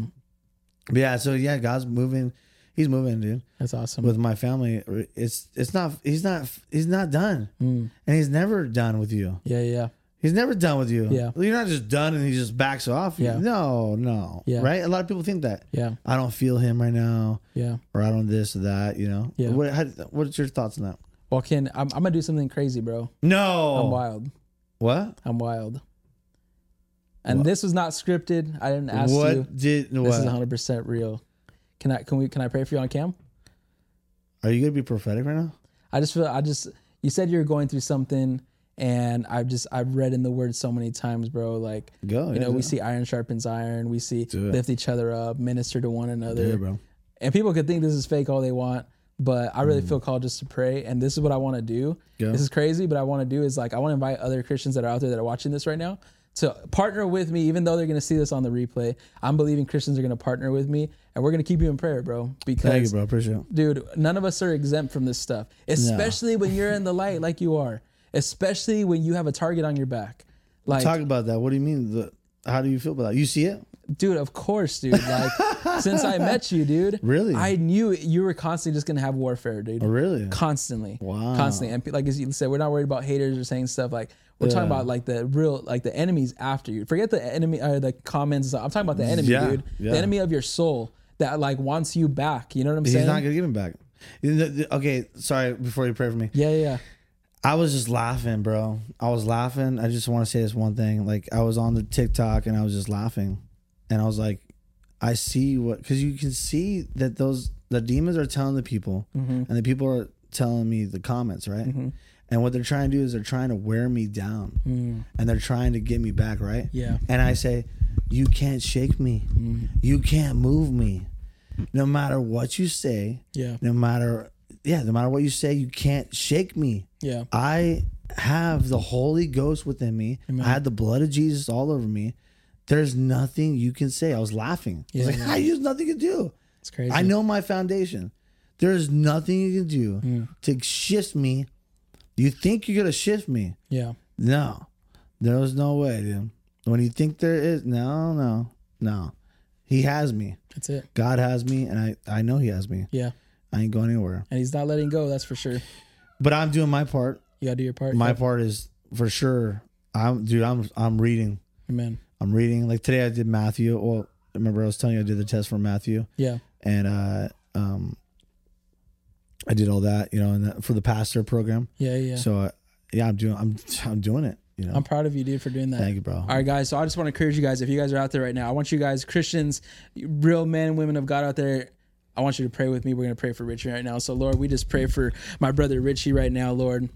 Speaker 1: But yeah, so yeah, God's moving. He's moving, dude
Speaker 2: That's awesome.
Speaker 1: with my family it's it's not he's not he's not done
Speaker 2: Mm.
Speaker 1: and he's never done with you
Speaker 2: yeah. Yeah.
Speaker 1: he's never done with you
Speaker 2: Yeah.
Speaker 1: you're not just done and he just backs off you.
Speaker 2: Yeah.
Speaker 1: no no
Speaker 2: Yeah.
Speaker 1: right a lot of people think that
Speaker 2: Yeah.
Speaker 1: i don't feel him right now
Speaker 2: Yeah.
Speaker 1: or i don't this or that you know
Speaker 2: Yeah.
Speaker 1: what, how, what's your thoughts on that
Speaker 2: Well, Ken, I'm, I'm gonna do something crazy, bro. I'm
Speaker 1: no
Speaker 2: wild.
Speaker 1: what
Speaker 2: I'm wild. And this was not scripted. I didn't ask
Speaker 1: what
Speaker 2: you.
Speaker 1: did
Speaker 2: This is
Speaker 1: what
Speaker 2: 100 percent real. Can I can we can I pray for you on cam?
Speaker 1: are you gonna be prophetic right now
Speaker 2: I just feel I just you said you were going through something, and I've just I've read in the word so many times, bro. Like
Speaker 1: Go,
Speaker 2: you
Speaker 1: yeah,
Speaker 2: know,
Speaker 1: do
Speaker 2: we
Speaker 1: it.
Speaker 2: see iron sharpens iron. We see
Speaker 1: it.
Speaker 2: lift each other up, minister to one another.
Speaker 1: yeah bro
Speaker 2: And people could think this is fake all they want, but I
Speaker 1: Mm.
Speaker 2: really feel called just to pray. And this is what I want to do.
Speaker 1: Go.
Speaker 2: This is crazy, but I want to do is like I want to invite other Christians that are out there that are watching this right now to partner with me, even though they're going to see this on the replay. I'm believing Christians are going to partner with me, and we're going to keep you in prayer, bro. Because
Speaker 1: thank you bro appreciate it
Speaker 2: dude, none of us are exempt from this stuff, especially when you're in the light like you are, especially when you have a target on your back. Like,
Speaker 1: talk about that what do you mean the how do you feel about that you see it
Speaker 2: dude, of course, dude. Like, since I met you, dude,
Speaker 1: Really?
Speaker 2: I knew you were constantly just gonna have warfare, dude.
Speaker 1: really
Speaker 2: Constantly,
Speaker 1: Wow.
Speaker 2: constantly, and pe- like as you said, we're not worried about haters or saying stuff like we're talking about like the real, like the enemies after you. Forget the enemy or the comments. and stuff. I'm talking about the enemy,
Speaker 1: Yeah,
Speaker 2: dude.
Speaker 1: yeah.
Speaker 2: The enemy of your soul that like wants you back. You know what I'm
Speaker 1: he's
Speaker 2: saying?
Speaker 1: not gonna give him back The- the- okay sorry before you pray for me
Speaker 2: yeah, yeah, yeah.
Speaker 1: I was just laughing, bro. I was laughing. I just want to say this one thing. Like I was on the TikTok and I was just laughing, and I was like, I
Speaker 2: Mm-hmm.
Speaker 1: see what because you can see that those the demons are telling the people, and the people are telling me the comments, right? And what they're trying to do is they're trying to wear me down and they're trying to get me back, right?
Speaker 2: Mm. Yeah. Mm.
Speaker 1: And I say, You can't shake me. You can't move me. No matter what you say,
Speaker 2: Yeah.
Speaker 1: no matter yeah, no matter what you say, you can't shake me.
Speaker 2: Yeah.
Speaker 1: I have the Holy Ghost within me. I had the blood of Jesus all over me. There's nothing you can say. I was laughing. I was
Speaker 2: Yeah,
Speaker 1: like,
Speaker 2: yeah.
Speaker 1: I use nothing to do.
Speaker 2: It's crazy.
Speaker 1: I know my foundation. There's nothing you can do to shift me. You think you're gonna shift me?
Speaker 2: Yeah.
Speaker 1: No, there's no way, dude. When you think there is, no, no, no. He has me.
Speaker 2: That's it.
Speaker 1: God has me, and I I know He has me.
Speaker 2: Yeah.
Speaker 1: I ain't going anywhere.
Speaker 2: And he's not letting go. That's for sure.
Speaker 1: But I'm doing my part.
Speaker 2: You gotta do your part.
Speaker 1: My part is for sure. I'm dude. I'm I'm reading.
Speaker 2: Amen.
Speaker 1: I'm reading. Like today, I did Matthew. Well, remember I was telling you I did the test for Matthew.
Speaker 2: Yeah.
Speaker 1: and uh, um, I did all that, you know, and that, for the pastor program.
Speaker 2: Yeah. Yeah.
Speaker 1: So uh, yeah, I'm doing, I'm, I'm doing it. You know,
Speaker 2: I'm proud of you, dude, for doing that.
Speaker 1: thank you, bro.
Speaker 2: All right, guys. So I just want to encourage you guys. If you guys are out there right now, I want you guys, Christians, real men and women of God out there. I want you to pray with me. We're going to pray for Richie right now. So, Lord, we just pray for my brother Richie right now, Lord.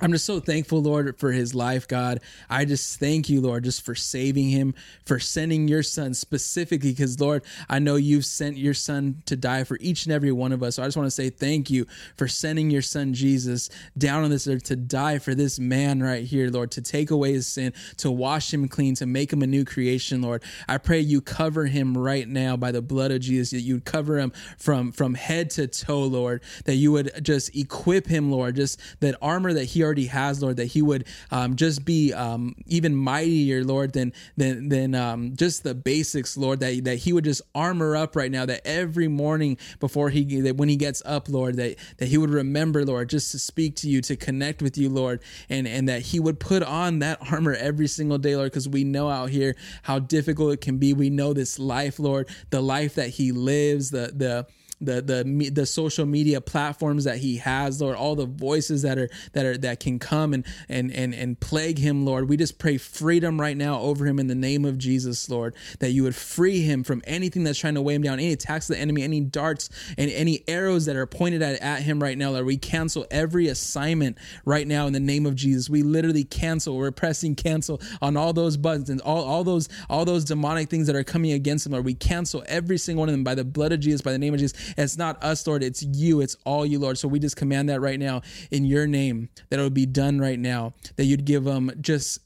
Speaker 2: I'm just so thankful, Lord, for his life, God. I just thank you, Lord, just for saving him, for sending your son specifically, because, Lord, I know you've sent your son to die for each and every one of us. So I just want to say thank you for sending your son, Jesus, down on this earth to die for this man right here, Lord, to take away his sin, to wash him clean, to make him a new creation, Lord. I pray you cover him right now by the blood of Jesus, that you'd cover him from, from head to toe, Lord, that you would just equip him, Lord, just that armor that he already has, Lord, that he would um, just be um, even mightier, Lord, than than than um, just the basics, Lord. That that he would just armor up right now. That every morning before he that when he gets up, Lord, that that he would remember, Lord, just to speak to you, to connect with you, Lord, and and that he would put on that armor every single day, Lord, because we know out here how difficult it can be. We know this life, Lord, the life that he lives, the the the the me- the social media platforms that he has lord all the voices that are that are that can come and and and and plague him lord we just pray freedom right now over him in the name of jesus lord that you would free him from anything that's trying to weigh him down any attacks of the enemy any darts and any arrows that are pointed at, at him right now lord we cancel every assignment right now in the name of jesus we literally cancel we're pressing cancel on all those buttons and all all those all those demonic things that are coming against him lord we cancel every single one of them by the blood of jesus by the name of jesus it's not us lord it's you it's all you lord so we just command that right now in your name that it would be done right now that you'd give them just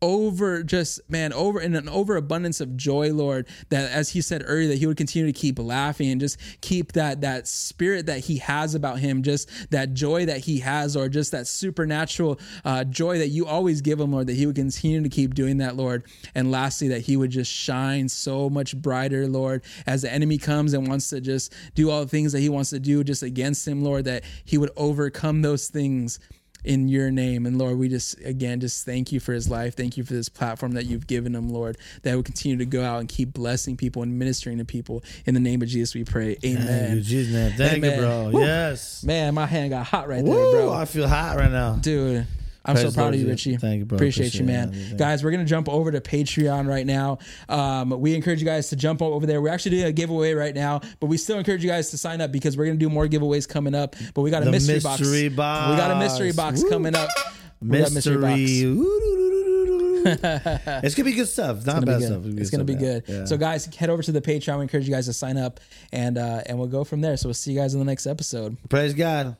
Speaker 2: over just man over in an overabundance of joy lord that as he said earlier that he would continue to keep laughing and just keep that that spirit that he has about him just that joy that he has or just that supernatural uh, joy that you always give him lord that he would continue to keep doing that lord and lastly that he would just shine so much brighter lord as the enemy comes and wants to just do all the things that he wants to do just against him lord that he would overcome those things in your name. And Lord, we just again just thank you for his life. Thank you for this platform that you've given him, Lord, that will continue to go out and keep blessing people and ministering to people. In the name of Jesus, we pray.
Speaker 1: thank you,
Speaker 2: Amen.
Speaker 1: Jesus, man. Thank you,
Speaker 2: Amen.
Speaker 1: bro. Yes.
Speaker 2: Man, my hand got hot right there,
Speaker 1: Woo,
Speaker 2: bro
Speaker 1: I feel hot right now.
Speaker 2: dude. I'm
Speaker 1: Praise
Speaker 2: so
Speaker 1: the
Speaker 2: proud
Speaker 1: Lord,
Speaker 2: of you,
Speaker 1: dude.
Speaker 2: Richie.
Speaker 1: Thank you, bro.
Speaker 2: Appreciate, you,
Speaker 1: Appreciate it,
Speaker 2: man.
Speaker 1: man. Thank you.
Speaker 2: Guys, we're gonna jump over to Patreon right now. Um, we encourage you guys to jump o- over there. We're actually doing a giveaway right now, but we still encourage you guys to sign up because we're gonna do more giveaways coming up. But we got a
Speaker 1: The
Speaker 2: mystery,
Speaker 1: mystery
Speaker 2: box.
Speaker 1: box.
Speaker 2: We got a mystery box
Speaker 1: Woo.
Speaker 2: coming up. We got a
Speaker 1: Mystery. it's gonna be good stuff. Not bad
Speaker 2: It's
Speaker 1: stuff.
Speaker 2: gonna be good. It's gonna be
Speaker 1: stuff, man.
Speaker 2: good.
Speaker 1: Yeah.
Speaker 2: So, guys, head over to the Patreon. We encourage you guys to sign up, and uh, and we'll go from there. So, we'll see you guys in the next episode.
Speaker 1: praise God.